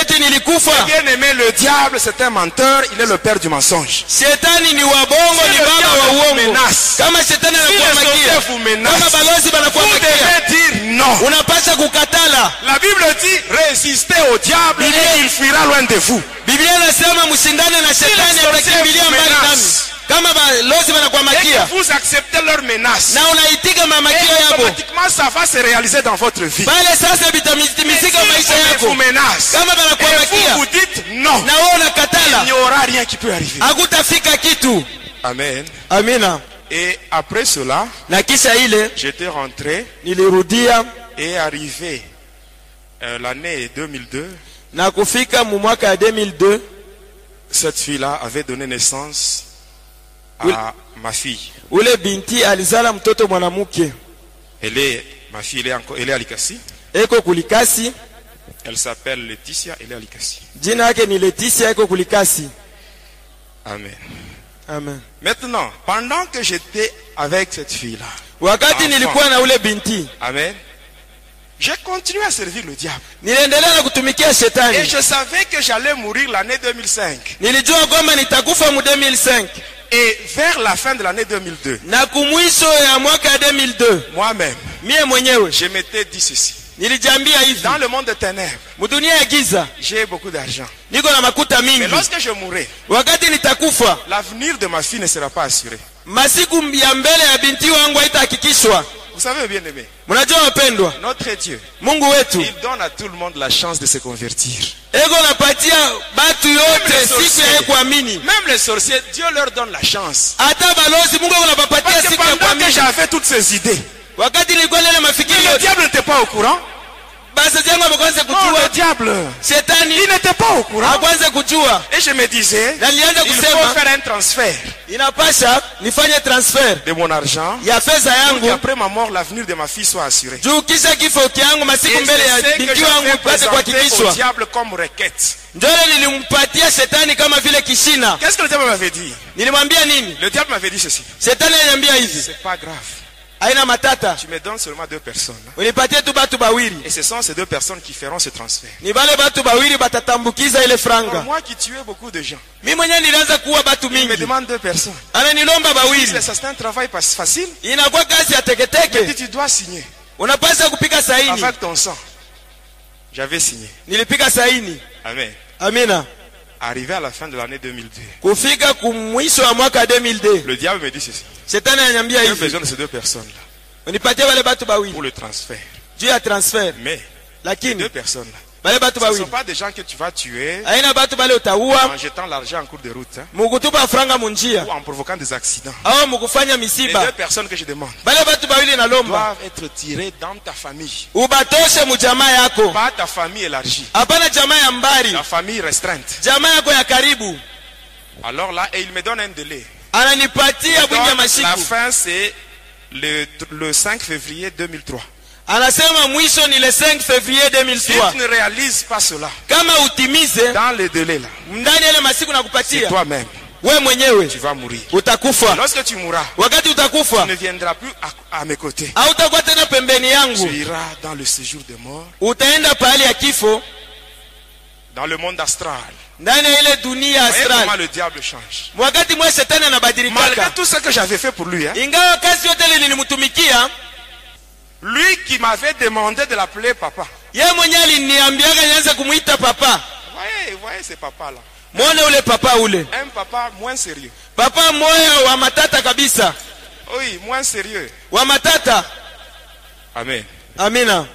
eti nilikufa
Bien aimé, le diable, c'est un menteur, il est le père du mensonge.
shetani ni wabongo ni
Si le
baba
diable
wa uongo
menace,
kama shetani
Si le sorcier
anakuamakia
vous
kama
menace,
balozi
vous
banakuamakia
devez dire non.
unapasha kukatala
La Bible dit, résistez au diable
Il
et
est-
il fuira loin de vous.
biblia inasema mshindane na shetani
le sorcier
atakimbilia
vous
mbali
menace,
nami kama balozi
Dès
banakuamakia
que vous acceptez leur menace,
na unaitika mamakio
et
yako
automatiquement ça va se réaliser dans votre vie.
pale sasa
Et si
vitamitimizika maisha
on vous
yako
menace,
kama
et vous vous
banakuamakia
dites non,
na wewe
il n'y
unakatala
aura rien qui peut arriver.
hakutafika kitu
Amen.
amina
Et après cela,
na kisha ile
j'étais rentré
nilirudia
et arrivé euh, l'année 2002.
na kufika mu mwaka ya 2002
Cette fille-là avait donné naissance à
Oui.
ma fille.
ule binti alizala mtoto mwanamke
Elle est, ma fille, elle est, encore, elle est à Likasi.
eko kulikasi
Elle s'appelle Laetitia, elle est à Likasi.
jina yake ni letisia eko kulikasi
Amen.
amen
Maintenant, pendant que j'étais avec cette fille-là,
wakati
Enfant.
nilikuwa na ule binti
Amen, j'ai continué à servir le diable.
niliendelea na kutumikia
Et
shetani
je savais que j'allais mourir l'année 2005.
nilijua kwamba nitakufa mu 2005
Et vers la fin de l'année 2002,
na kumwisho ya mwaka ya 2002
moi-même,
mie mwenyewe
je m'étais dit ceci.
nilijambia hivi
Dans le monde des ténèbres,
mudunia ya giza
j'ai beaucoup d'argent.
niko na makuta
Mais
mingi
lorsque je mourrai,
wakati nitakufa
l'avenir de ma fille ne sera pas assuré.
masiku ya mbele ya binti wangu haitahakikishwa
Vous savez, bien aimé,
mnajua wapendwa
notre Dieu,
mungu wetu
il donne à tout le monde la chance de se convertir.
eko napatia batu yote
Sorcier.
siku yaye kuamini
Même les sorciers, Dieu leur donne la chance.
hata balozi mungu eko
Parce
napapatia
que
siku ya
pendant que
kuamini
j'avais toutes ces idées,
wakati nilikuwa nile na mafikiri
le
yote
diable n'était pas au courant.
bazazi yangu amekwanza
Non, le
kujua
diable,
shetani
il n'était pas au courant.
akwanza kujua
Et je me disais,
na nilianza
il faut
kusema
faire un transfert
inapasha nifanye transfer
de mon argent.
ya fedha
Et
yangu
après ma mort, l'avenir de ma fille soit assuré.
juu kisha kifo yangu
Et
masiku
je
mbele ya
sais que
binti
j'avais
wangu ipate
présenté au
kuhakikishwa
diable comme requête.
njole nilimpatia shetani kama vile kishina
Qu'est-ce que le diable m'avait dit
nilimwambia nini
Le diable m'avait dit ceci.
shetani aliniambia hivi
C'est pas grave.
haina matata
Tu me donnes seulement deux personnes. hein.
unipatie tu batu bawili
Et ce sont ces deux personnes qui feront ce transfert.
ni bale batu bawili batatambukiza ile
Alors,
franga
moi qui tuais beaucoup de gens,
mi mwenyewe nilianza kuwa batu
il me
mingi
demande deux personnes.
ananilomba
C'est
bawili
ça, c'est un travail pas facile.
inakuwa kazi ya
Il dit
teketeke
tu dois signer
unapasa kupika saini
avec ton sang. J'avais signé.
nilipika saini
Amen.
amina
Arrivé à la fin de l'année 2002,
kufika kumwisho wa mwaka 2002
le diable me dit ceci.
shetani ananiambia
J'ai
hivi
besoin de ces deux personnes-là
unipatie bale batu bawili
pour le transfert.
juu ya transfer
Mais deux
lakini
personnes-là,
bale batu
ce ne sont
bawili
pas des gens que tu vas tuer
haina batu bale
en
utauwa
jetant l'argent en cours de route hein,
mukutupa franga munjia
ou en provoquant des accidents.
au mukufanya
Les deux
misiba
personnes que je demande
bale batu bawili nalomba
doivent être tirées dans ta famille.
ubatoshe mujamaa yako
Pas ta famille élargie,
hapana jamaa ya mbari
ta famille restreinte.
jamaa yako ya karibu
Alors là, et il me donne un délai.
ananipatia
Donc,
bwingi ya
la
masiku
fin, c'est le, le 5 février 2003.
anasema mwisho ni le 5 février
Si tu
2003
ne réalises pas cela
kama utimize
dans les délais là,
ndani yale masiku
c'est
nakupatia
toi-même,
we mwenyewe
tu vas mourir.
utakufa
Lorsque tu mourras,
wakati utakufa
tu ne viendras plus à, à mes côtés.
hautakuwa tena pembeni yangu
Tu iras dans le séjour de mort,
utaenda pahali ya kifo
dans le monde astral.
ndani ya ile dunia ya
Voyez comment
astral
le diable change.
wakati mwe shetani
Malgré
anabadilikaka
tout ce que j'avais fait pour lui, hein,
ingawa kazi yote ile nilimtumikia
Lui qui m'avait demandé de l'appeler papa.
ye mwenye aliniambiaga nianze kumwita papa
Voyez, voyez ce papa-là.
mwone ule papa ule
Un papa moins sérieux.
papa moyo wa matata kabisa
Oui, moins sérieux.
wa matata
Amen.
amina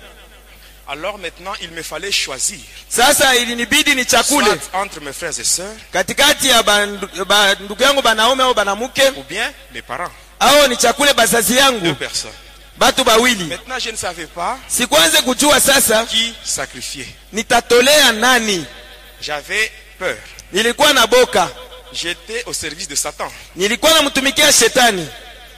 Alors maintenant, il me fallait choisir
sasa ilinibidi ni chakule
soit entre mes frères et sœurs
katikati ya bandu- ba- ndugu yangu banaume au banamuke
ou bien mes parents.
au ni chakule bazazi
Deux
yangu
personnes.
batu bawili
Maintenant, je ne savais pas
sikwanze kujua sasa
qui sacrifier.
nitatolea nani
J'avais peur.
nilikuwa na boka
J'étais au service de Satan.
nilikuwa namtumikia shetani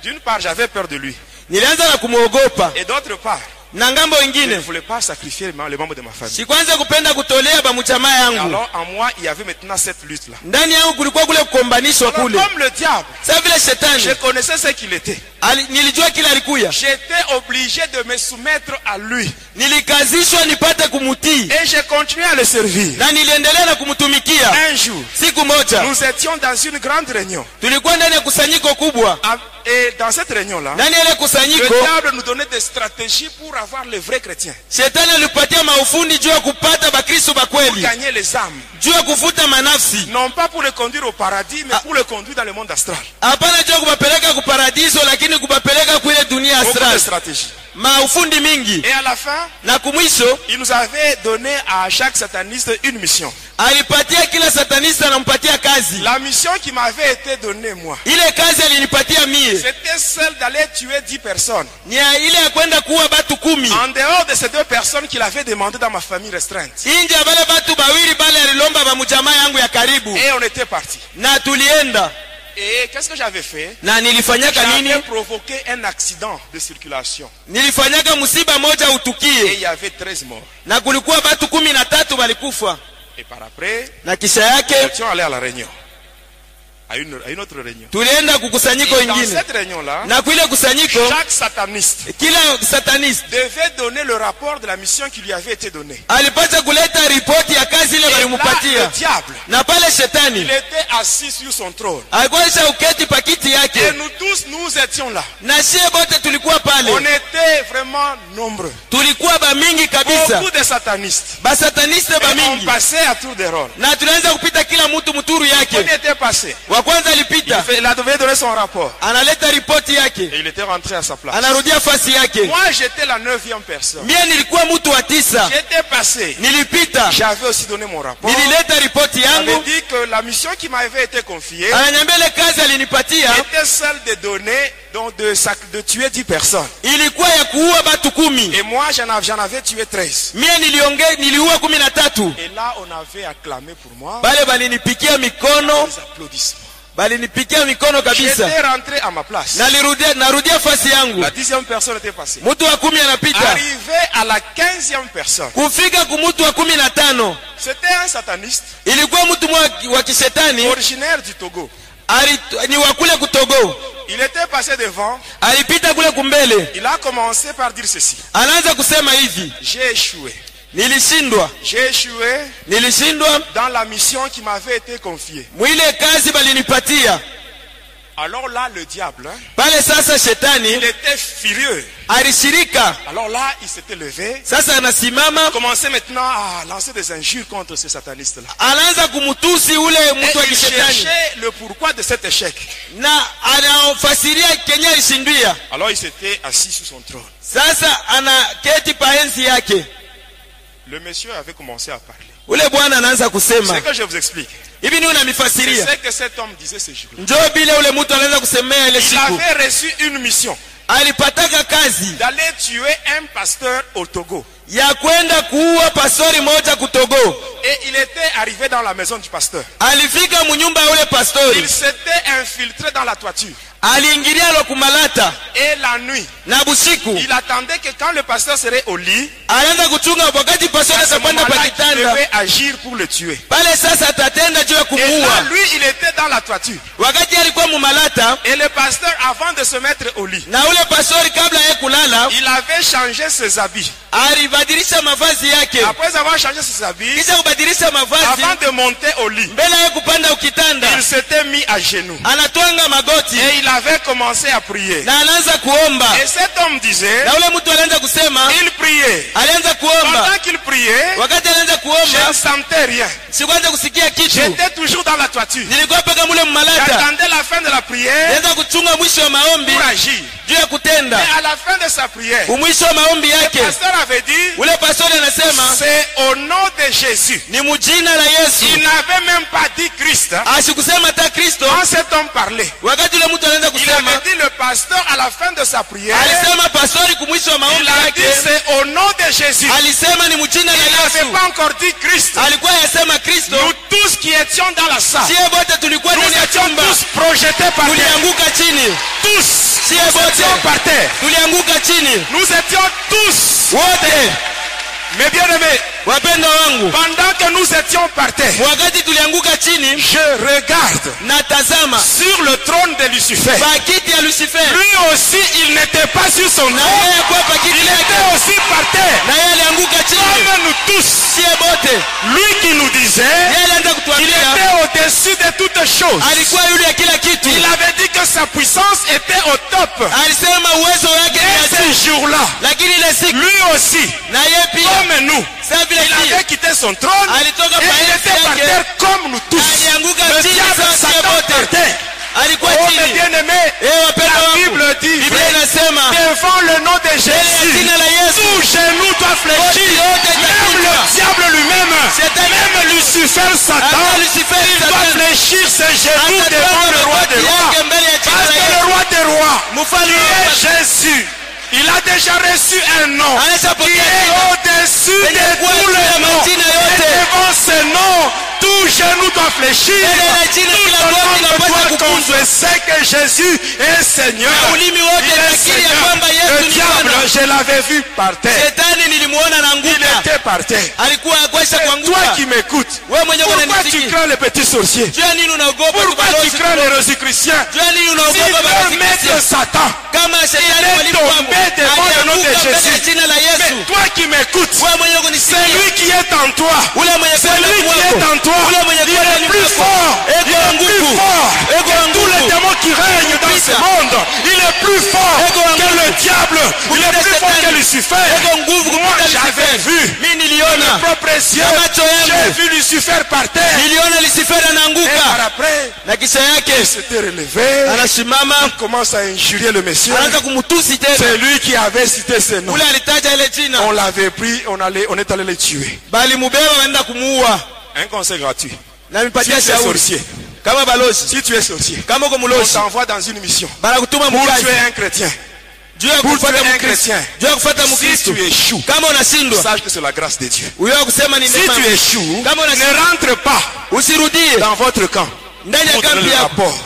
D'une part, j'avais peur de lui.
nilianza na kumwogopa
Et d'autre part,
na ngambo
je ne
ingine
voulais pas sacrifier les membres de ma famille.
sikwanze kupenda kutolea bamuchamaa yangu
Alors en moi, il y avait maintenant cette lutte-là.
ndani yangu kulikuwa kule kukombanishwa
Alors,
kule
comme le diable,
sa vile
je
shetani
connaissais ce qu'il était.
ali, nilijua kila alikuya
J'étais obligé de me soumettre à lui.
nilikazishwa nipate kumutii
Et j'ai continué à le servir.
na niliendelea na kumtumikia
Un jour,
siku moja
nous étions dans une grande réunion.
tulikuwa ndani ya kusanyiko kubwa
Ah, Et dans cette réunion-là,
ndani ya ile
le
kusanyiko
diable nous donnait des stratégies pour avoir les vrais chrétiens,
shetani alipatia maufundi juu ya kupata bakristo
pour
bakweli
gagner les âmes.
juu ya kufuta manafsi
Non pas pour les conduire au paradis, mais
Ah.
pour les conduire dans le monde astral.
hapana juu ya kubapeleka kuparadiso lakini kubapeleka kwile dunia
Beaucoup de
astral
stratégies.
maufundi mingi
Et à la fin,
na kumwisho
il nous avait donné à chaque sataniste une mission.
alipatia kila satanista anampatia kazi
La mission qui m'avait été donnée, moi,
ile kazi alinipatia mie
c'était celle d'aller tuer dix personnes.
ni ya ile ya kwenda kuwa batu kumi
En dehors de ces deux personnes qu'il avait demandé dans ma famille restreinte.
inje ya bale batu bawili bale alilomba bamujamaa yangu ya karibu
Et on était parti.
na tulienda
Et qu'est-ce que j'avais fait
na nilifanyaka
J'avais
nini
provoqué un accident de circulation.
nilifanyaka msiba moja
Et il
utukie
y avait 13 morts.
na kulikuwa batu kumi na tatu balikufa
Et par après,
na kisha yake
nous étions allés à la réunion. À une, à une autre réunion.
tulienda kukusanyiko
Et dans
ingine
cette réunion-là,
na kwile kusanyiko
chaque sataniste
kila satanista
devait donner le rapport de la mission qui lui avait été donnée.
alipata kuleta ripoti ya kazi ile
Et là, le
walimupatia
diable,
na pale
il
shetani
était assis sur son trône.
alikuwa alisha uketi pakiti
Et
yake
nous tous, nous étions là.
na shie bote tulikuwa
On
pale
était vraiment nombreux.
tulikuwa bamingi kabisa
Beaucoup de satanistes.
basataniste
Et on
bamingi
passait à tour de rôle.
na tulianza kupita kila mtu mturu
On
yake
était passé.
wa kwanza
Il,
alipita
fait- il a devait donner son rapport.
analeta ripoti yake
Et il était rentré à sa place.
anarudia fasi yake
Moi, j'étais la neuvième personne.
mie nilikuwa mtu wa tisa
J'étais passé.
nilipita
J'avais aussi donné mon rapport.
nilileta ripoti
J'avais
yangu
dit que la mission qui m'avait été confiée
ananiambia ile kazi alinipatia
était celle de donner, donc de, sac- de tuer 10 personnes.
ilikuwa ya kuua batu kumi
Et moi, j'en av- j'en avais tué 13.
mie nilionge niliua kumi na tatu
Et là, on avait acclamé pour moi
bale balinipikia mikono
des applaudissements.
balinipikia mikono kabisa
J'étais rentré à ma place.
nalirudia narudia fasi yangu
La dixième personne était passée.
mtu wa kumi anapita
Arrivé à la quinzième personne,
kufika kumutu wa kumi na tano
c'était un sataniste
ilikuwa mtu mwa- wa kishetani
originaire du Togo.
ali- ni wa kule kutogo
Il était passé devant.
alipita kule kumbele
Il a commencé par dire ceci.
anaanza kusema hivi
J'ai échoué.
nilishindwa
J'ai échoué
nilishindwa
dans la mission qui m'avait été confiée.
mwile kazi balinipatia
Alors là, le diable, hein,
pale sasa
il
shetani
était furieux.
alishirika
Alors là, il s'était levé.
sasa anasimama
Il commençait maintenant à lancer des injures contre ce sataniste-là.
anaanza kumtusi ule
Et
mtu wa
il
kishetani
cherchait le pourquoi de cet échec.
na anafasiria kenye alishindwia
Alors il s'était assis sur son trône.
sasa anaketi paenzi yake
Le monsieur avait commencé à parler.
ule bwana anaanza
Ce
kusema
que je vous explique,
hivi nini
c'est
unamifasiria
ce que cet homme disait ce jour-là.
njoo bile ule mtu anaanza kusemea ile
Il
siku
avait reçu une mission
alipataka kazi
d'aller tuer un pasteur au Togo.
ya kwenda kuua pastori moja kutogo
Et il était arrivé dans la maison du pasteur.
alifika munyumba ya ule
Il
pastori
s'était infiltré dans la toiture.
aliingilia lwakumalata
Et la nuit,
na busiku
il attendait que quand le pasteur serait au lit,
alianza kuchunga wakati pastori
à ce
atakwenda
moment-là, il
pakitanda
devait agir pour le tuer.
pale sasa atatenda juu ya
Et là,
kumuua
lui, il était dans la toiture.
wakati alikuwa mumalata
Et le pasteur, avant de se mettre au lit,
na ule pastori kabla ye kulala
il avait changé ses habits.
alibadilisha mavazi yake
Après avoir changé ses habits,
kisha kubadilisha mavazi
avant de monter au lit,
mbele ya kupanda
il
ukitanda
s'était mis à genoux.
anatwanga magoti
Et il avait commencé à prier.
na anaanza kuomba
Et cet homme disait,
na ule mtu alianza kusema
il priait.
alianza kuomba
Pendant qu'il priait,
wakati alianza
je ne
kuomba
sentais rien.
sikuanza kusikia kitu
J'étais toujours dans la toiture.
nilikuwa paka mule mmalata
J'attendais la fin de la prière
alianza kuchunga mwisho wa maombi
pour agir.
juu ya
Et
kutenda
à la fin de sa prière,
umwisho wa maombi
le
yake
pasteur avait dit,
ule pastori anasema
c'est au nom de Jésus.
ni mujina la yesu
Il n'avait même pas dit Christ. hein.
asikusema hata kristo
Quand cet homme parlait,
wakati ule mtu anaanza
il avait
kusema
dit le pasteur à la fin de sa prière,
alisema pastori kumwisho wa
il
maombi
a dit
yake
c'est au nom de Jésus.
alisema ni mujina la
Il n'avait
yesu
pas encore dit Christ.
alikuwa yasema kristo
Nous tous qui étions dans la salle,
sie bote tulikuwa
nous
ndani ya
étions
chumba
tous projetés par terre.
tulianguka chini
Tous,
Sie
nous
votés.
étions par terre.
tulianguka chini
Nous étions tous.
wote
Mes bien-aimés,
wapendwa wangu
pendant que nous étions par terre,
wakati tulianguka chini
je regarde
na tazama
sur le trône de Lucifer.
pakiti ya lucifer
Lui aussi, il n'était pas sur son nom.
na yeye akuwa pakiti
Il
yake
était aussi par terre.
na yeye alianguka chini
Comme nous tous,
sie bote
lui qui nous disait,
yeye alianza
il
kutuambia
était au-dessus de toutes choses.
alikuwa yule ya kila kitu
Il avait dit que sa puissance était au top.
alisema uwezo wake ni
Et
wa juu
ce jour-là,
lakini ile siku
lui aussi,
na yeye pia
comme nous,
saa vile
il
pia
avait quitté son trône et
Alitoka
il
pale
était par
yake.
terre comme nous tous.
alianguka
Le
chini
diable,
sawa sie
Satan par
bote
terre.
alikuwa
Oh, mes
chini
bien-aimés,
eh wapendwa
la
wangu
Bible dit,
biblia inasema
devant le nom de
mbele ya
Jésus,
jina la yesu
tout genou doit
goti
fléchir.
yote
Même
itakunjwa
le diable lui-même,
Shetani.
même Lucifer,
hata
Satan,
lucifer
doit
satani
fléchir ses genoux devant le roi des rois.
yake mbele ya jina
Parce
la
que
yesu
le roi des rois,
mfalme
qui
wa
est Jésus, il a déjà reçu un nom qui
anashapokea
est
jina
au-dessus
lenye
de
kuwa
tous
juu ya
les noms.
majina
Et
yote.
devant ce nom, tout genou doit fléchir.
mbele ya jina kila
Tout
goti
homme
linapaswa
doit
kukunjwa
confesser que Jésus est Seigneur.
na ulimi wote
Ah, Il est
utakiri ya
Seigneur.
kwamba yesu
Le
ni
diable,
bwana
je l'avais vu par terre.
shetani nilimwona na
Il
nguka
était par terre.
alikuwa akwesha
Toi
kuanguka
qui m'écoutes,
wewe mwenyewe
pourquoi tu
unanisikia
crains les petits sorciers
jua nini unaogopa
Pourquoi tu
kubalozi
crains les rosicruciens
jua nini
S'il
unaogopa
veut
balozi
mettre
Kristo?
Satan,
kama shetani
Il est tombé devant le nom de
alianguka mbele ya
Jésus.
jina la
mais
yesu
toi qui m'écoutes,
wewe mwenyewe
c'est
kunisikia
lui qui est en toi.
ule mwenye
C'est
kwenda
lui qui
kwako
est en toi.
ule mwenye
Il
kwenda
est plus
nyumbako.
fort.
Eko
Il
wa
est plus
nguvu.
fort.
Eko wa
que tous les
nguvu.
démons qui règnent dans ce
Kupita.
monde. Il est plus fort
Eko wa
que le diable. Il
Kupita
est plus fort
Shetani.
que Lucifer.
Eko nguvu
Moi,
kupita
j'avais
Lucifer.
vu.
Mimi niliona
Propre yeux.
Na macho
J'ai
yangu.
vu Lucifer par terre.
niliona Lucifer
Et par
anaanguka
après,
na kisha yake
il s'était relevé.
anasimama
Il commence à injurier le Messie.
anaanza kumtusi tena
C'est lui qui avait cité ce nom.
ule alitaja ile jina
On l'avait pris, on, allait, on est allé le tuer.
bali mubeba waenda kumuua
Un conseil gratuit. Si
na
tu
mipatia
es
shauri
sorcier,
kama balozi
si tu es sorcier,
kama uko
on
mulozi
t'envoie dans une mission.
banakutuma
Pour
mukazi
tuer un chrétien,
juu ya
pour
kufuata
tuer un
mkristo
chrétien.
juu ya kufuata
si
mkristo
tu échoues,
kama unashindwa
sache que c'est la grâce de Dieu.
huyo wa kusema ni
Si
neema
tu échoues,
kama unashindwa
ne rentre pas
usirudie
dans votre camp.
ndani
On
ya
te donne
kambi
le
yako
rapport.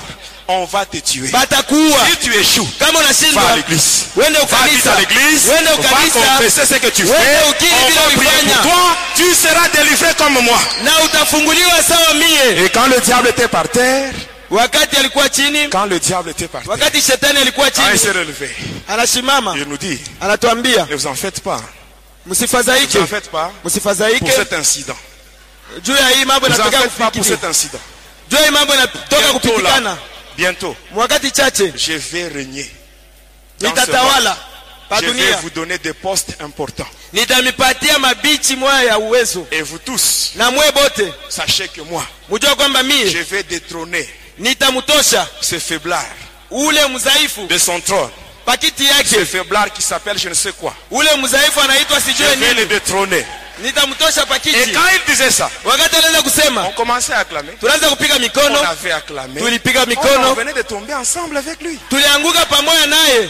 On va te tuer.
batakuua
Si tu échoues,
kama
va à
unashindwa
l'église.
wende
Va vite
ukanisa
à l'église,
wende
va
ukanisa
confesser ce que tu fais.
Wende ukiri
On
vile
va prier
ulifanya.
pour toi, tu seras délivré comme moi.
na utafunguliwa sawa mie
Et quand le diable était par terre,
wakati alikuwa chini
quand le diable était par terre,
wakati shetani alikuwa
quand il
chini
s'est relevé,
anasimama
il nous dit,
anatuambia
ne vous en faites pas, ne
msifadhaike
vous en faites pas pour
msifadhaike
cet incident.
juu ya hii mambo
Ne vous en
inatoka
faites pas pour
kufikiri
cet incident.
juu ya hii mambo inatoka
Bientôt,
kupitikana
là, bientôt,
mwakati chache
je vais régner. Dans ce
nitatawala
monde, Je vais
padunia
vous donner des postes importants.
nitamipatia mabichi mwaya ya uwezo
Et vous tous,
na mwe bote
sachez que moi,
mujua kwamba
je
mie
vais détrôner
nitamtosha
ce faiblard
ule mzaifu
de son trône.
pakiti
Ce
yake
faiblard qui s'appelle je ne sais quoi.
ule mzaifu anaitwa
Je
sijue
vais le
nini
détrôner.
nitamtosha
Et
pakiti
quand il disait ça,
wakati alianza
on
kusema
commençait à acclamer.
tunaanza kupiga
On
mikono
avait acclamé.
tulipiga
On en
mikono
venait de tomber ensemble avec lui.
tulianguka pamoja naye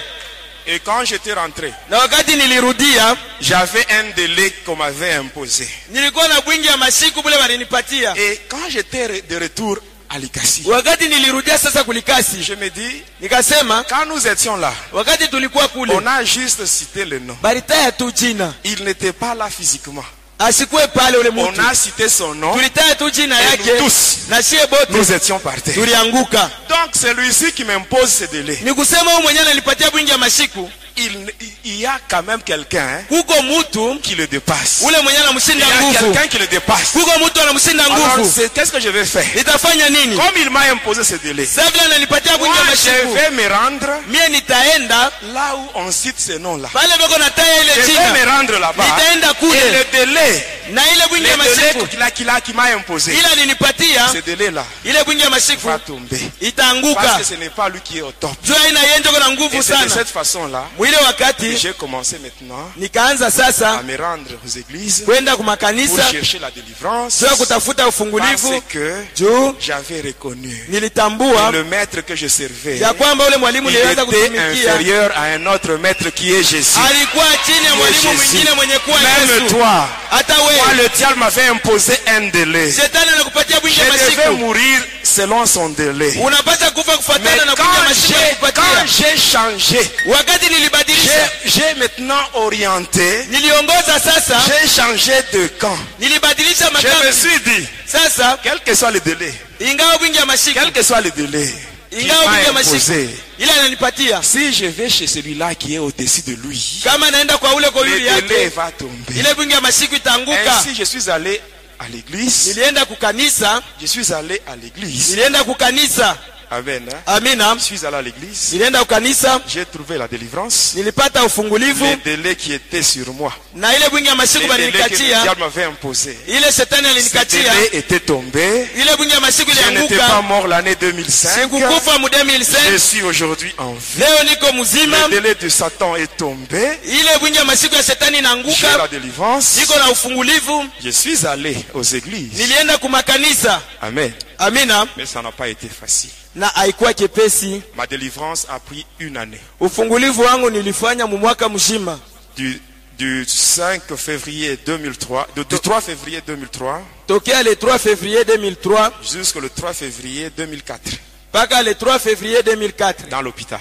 Et quand j'étais rentré,
na wakati nilirudia
j'avais un délai qu'on m'avait imposé.
nilikuwa na bwingi ya masiku bule walinipatia
Et quand j'étais re- de retour à Likasi,
wakati nilirudia sasa kulikasi
je me dis,
nikasema
quand nous étions là,
wakati tulikuwa
on
kule
a juste cité le nom.
balitaya tu jina
Il n'était pas là physiquement.
asikuwe pale ule
On
mtu
a cité son nom.
tulitaya tu jina
Et
yake
nous tous,
na sie bote
nous étions par terre.
tulianguka
Donc c'est lui-ci qui m'impose ce délai.
ni kusema huyu mwenyewe ananipatia bwingi ya masiku
il, il y a quand même quelqu'un hein,
kuko mutu
qui le dépasse.
ule mwenye
Il
anamshinda
y a
nguvu
quelqu'un qui le dépasse.
kuko mutu anamshinda
Alors,
nguvu
c'est- qu'est-ce que je vais faire
nitafanya nini
Comme il m'a imposé ce délai,
sa vile ananipatia
moi,
kuingia
je
mashimo
vais me rendre
mie nitaenda
là où on cite ce nom-là.
pale veko nataya
Je
ile
vais
jina
me rendre là-bas.
nitaenda
Et
kule
le délai,
na ile bwingi ya
le délai
masiku
qu'il a- qu'il a- qu'il m'a imposé,
ile
ce
alinipatia
délai-là
ile bwingi ya masiku
va tomber. Parce
itaanguka
que ce n'est pas lui qui est au top.
juu aina yenjoko na
Et
nguvu
c'est de
sana
cette façon-là
mwile
que
wakati
j'ai commencé maintenant
nikaanza
à
sasa
me rendre aux églises
kwenda
pour
kumakanisa
chercher la délivrance.
juu ya kutafuta
Parce
ufungulivu
que
juu
j'avais reconnu
nilitambua
le maître que je servais.
ya kwamba ule mwalimu
Il
niliweza
était
kutumikia
inférieur à un autre maître qui est Jésus.
Ah, alikuwa chini ya mwalimu
Jésus.
mwingine mwenye kuwa
Même
Yesu.
toi,
Hata
toi
wewe
le diable m'avait imposé un délai.
shetani anakupatia
Je
bwingi ya
devais
masiku,
mourir selon son délai.
unapata kufa
Mais
kufuatana na bwingi ya
quand
masiku
j'ai-
anakupatia.
quand j'ai changé,
Wakati nilibadilisha,
j'ai- j'ai maintenant orienté,
niliongoza sasa,
j'ai changé de camp.
nilibadilisha
Je me
makambi
suis dit,
sasa,
quel que soit le délai,
ingawa bwingi ya masiku,
quel que soit le délai, qu'il
ingawa bwingi ya
m'a
masiku
imposé,
ile ananipatia,
si je vais chez celui-là qui est au-dessus de lui,
kama naenda kwa ule kwa
le
yule
délai
yake,
va tomber.
ile bwingi ya masiku itaanguka.
Ainsi, je suis allé à l'église.
Nilienda kukanisa,
Je suis allé à l'église.
nilienda kukanisa,
Amen. hein.
amina,
Je suis allé à l'église.
nilienda kukanisa,
J'ai trouvé la délivrance.
nilipata
Les
ufungulivu
délais qui étaient sur moi,
na ile bwingi ya masiku
les délais que le
balinikatia
diable m'avait imposé,
ile shetani
ces
alinikatia
délais étaient tombés.
ile bwingi ya masiku
Je n'étais pas
ilianguka
mort l'année 2005.
sikukufa mu 2005
Je suis aujourd'hui en vie.
leo niko mzima
Le délai de Satan est tombé.
ile bwingi ya masiku ya shetani
J'ai
inaanguka
la délivrance.
niko na ufungulivu
Je suis allé aux églises.
nilienda kumakanisa
Amen.
amina
Mais ça n'a pas été facile.
na haikuwa kepesi
Ma délivrance a pris une année.
ufungulivu wangu nilifanya mu mwaka mzima
Du, du 5 février 2003, de- du 3 février 2003
tokea le 3 février 2003
jusqu'au le 3 février 2004
mpaka le 3 février 2004
dans l'hôpital.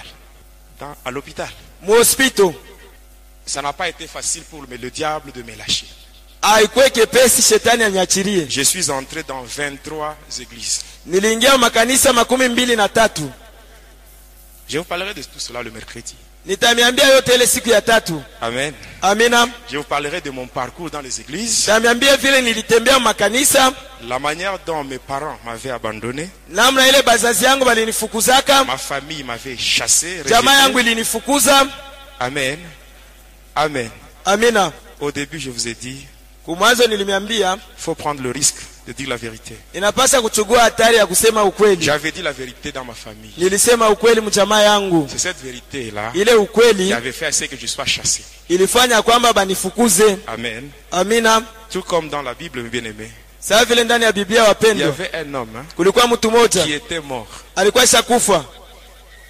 Dans- À l'hôpital.
mu hospito
Ça n'a pas été facile pour le diable de me lâcher.
haikuwa kepesi shetani anyachirie
Je suis entré dans 23 églises.
niliingia makanisa makumi mbili na tatu
Je vous parlerai de tout cela le mercredi.
nitamiambia yote ile siku ya tatu
Amen.
amina
Je vous parlerai de mon parcours dans les églises,
tamiambia vile nilitembea makanisa
la manière dont mes parents m'avaient abandonné,
namna ile bazazi yangu balinifukuzaka
ma famille m'avait chassé.
jamaa yangu
rejeté.
ilinifukuza
Amen. Amen.
amina
Au début, je vous ai dit,
kumwanzo nilimiambia
faut prendre le risque de dire la vérité.
inapasa kuchugua hatari ya kusema ukweli
J'avais dit la vérité dans ma famille.
nilisema ukweli mjamaa yangu
C'est cette vérité-là
ile
qui
ukweli
avait fait assez que je sois chassé.
ilifanya kwamba banifukuze
Amen.
amina
Tout comme dans la Bible, mes bien-aimés,
saa vile ndani ya biblia
il y
wapendwa
avait un homme hein,
kulikuwa mtu
qui
mmoja
était mort.
alikuwa shakufa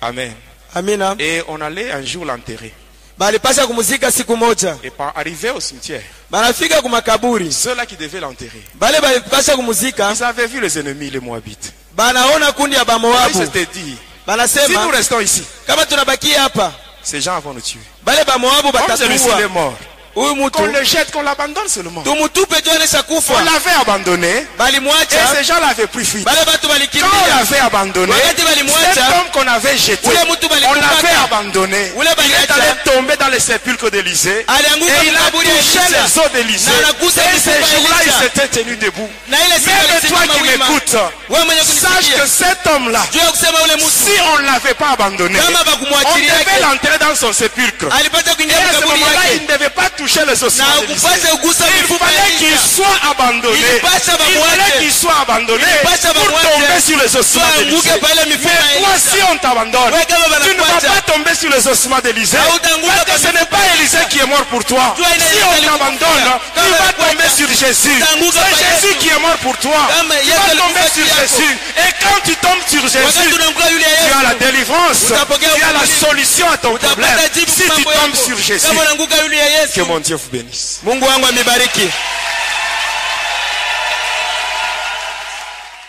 Amen.
amina
Et on allait un jour l'enterrer.
balipasha kumzika siku moja
Et par arriver au cimetière,
banafika kumakaburi
ceux-là qui devaient l'enterrer,
bale balipasha kumuzika
ils avaient vu les ennemis, les Moabites.
banaona kundi ya
Ils
bamoabu
s'étaient dit, si nous
banasema
restons ici,
kama tunabakia hapa
ces gens vont nous tuer.
bale bamoabu
Comme celui-ci il est
batatuua
mort,
huyu
qu'on
mutu
le jette, qu'on l'abandonne seulement.
tumutupe juu anesha
On
kufa
l'avait abandonné et
balimwacha
ces gens l'avaient pris fuite.
bale batu
Quand on
balikimbia
l'avait abandonné,
Wakati
cet
walimwacha,
homme qu'on avait jeté,
ule mtu
on
walikumbaka,
l'avait abandonné. Il
ule
est
waliacha,
allé tomber dans les sépulcres d'Élysée.
alianguka
Et il a
makaburi ya
touché
Elisa
les eaux d'Élysée.
na anagusa
Et ce
mifupa ya
jour-là, il
Elisa.
s'était tenu debout.
na ile siku
Même toi
alisimama
qui
wima.
m'écoutes,
wewe mwenye
Sache
kunisikia
que cet homme-là,
juu ya kusema ule
si
mutu
on ne l'avait pas abandonné,
kama
on
bakumwachilia
devait
yake
l'enterrer dans son sépulcre.
alipata
Et
kuingia
à ce
makaburi
moment-là,
yake
il ne devait pas toucher les
na
ossements d'Élysée.
hakupasa kugusa
Il
mifupa ya
fallait qu'il
Elisa
soit abandonné.
Il
Il
passe avant moi,
fallait
Dieu.
qu'il soit abandonné
Il
pour
passe avant moi,
tomber
Dieu.
sur les ossements
tuanguke
d'Élysée.
pale mifupa ya
Toi,
Elisa
si on t'abandonne,
Wewe
tu
kama
ne vas Ah,
wanakuacha.
pas tomber sur les ossements d'Élysée.
Na utaanguka
Parce que ce
kwa
n'est pas Élysée qui est mort pour toi.
Toi, il a
Si
été allé
on t'abandonne,
mourir.
tu
Kama
vas
wanakuacha.
tomber sur Jésus.
Utaanguka kwa
C'est Jésus
Yesu.
qui est mort pour toi.
Kama
Tu
Yesu
vas
alikufa
tomber sur
juu yako.
Jésus. Et quand tu tombes sur
wakati
Jésus,
unaanguka yule ya
tu
Yesu
as la délivrance. Tu
Utapokea
as la
ukombozi.
solution à ton problème.
utapata jibu
Si
kwa
tu
mambo
tombes
yako
sur Jésus,
kama unaanguka yule ya
que
Yesu
mon Dieu vous bénisse.
Mungu wangu amibariki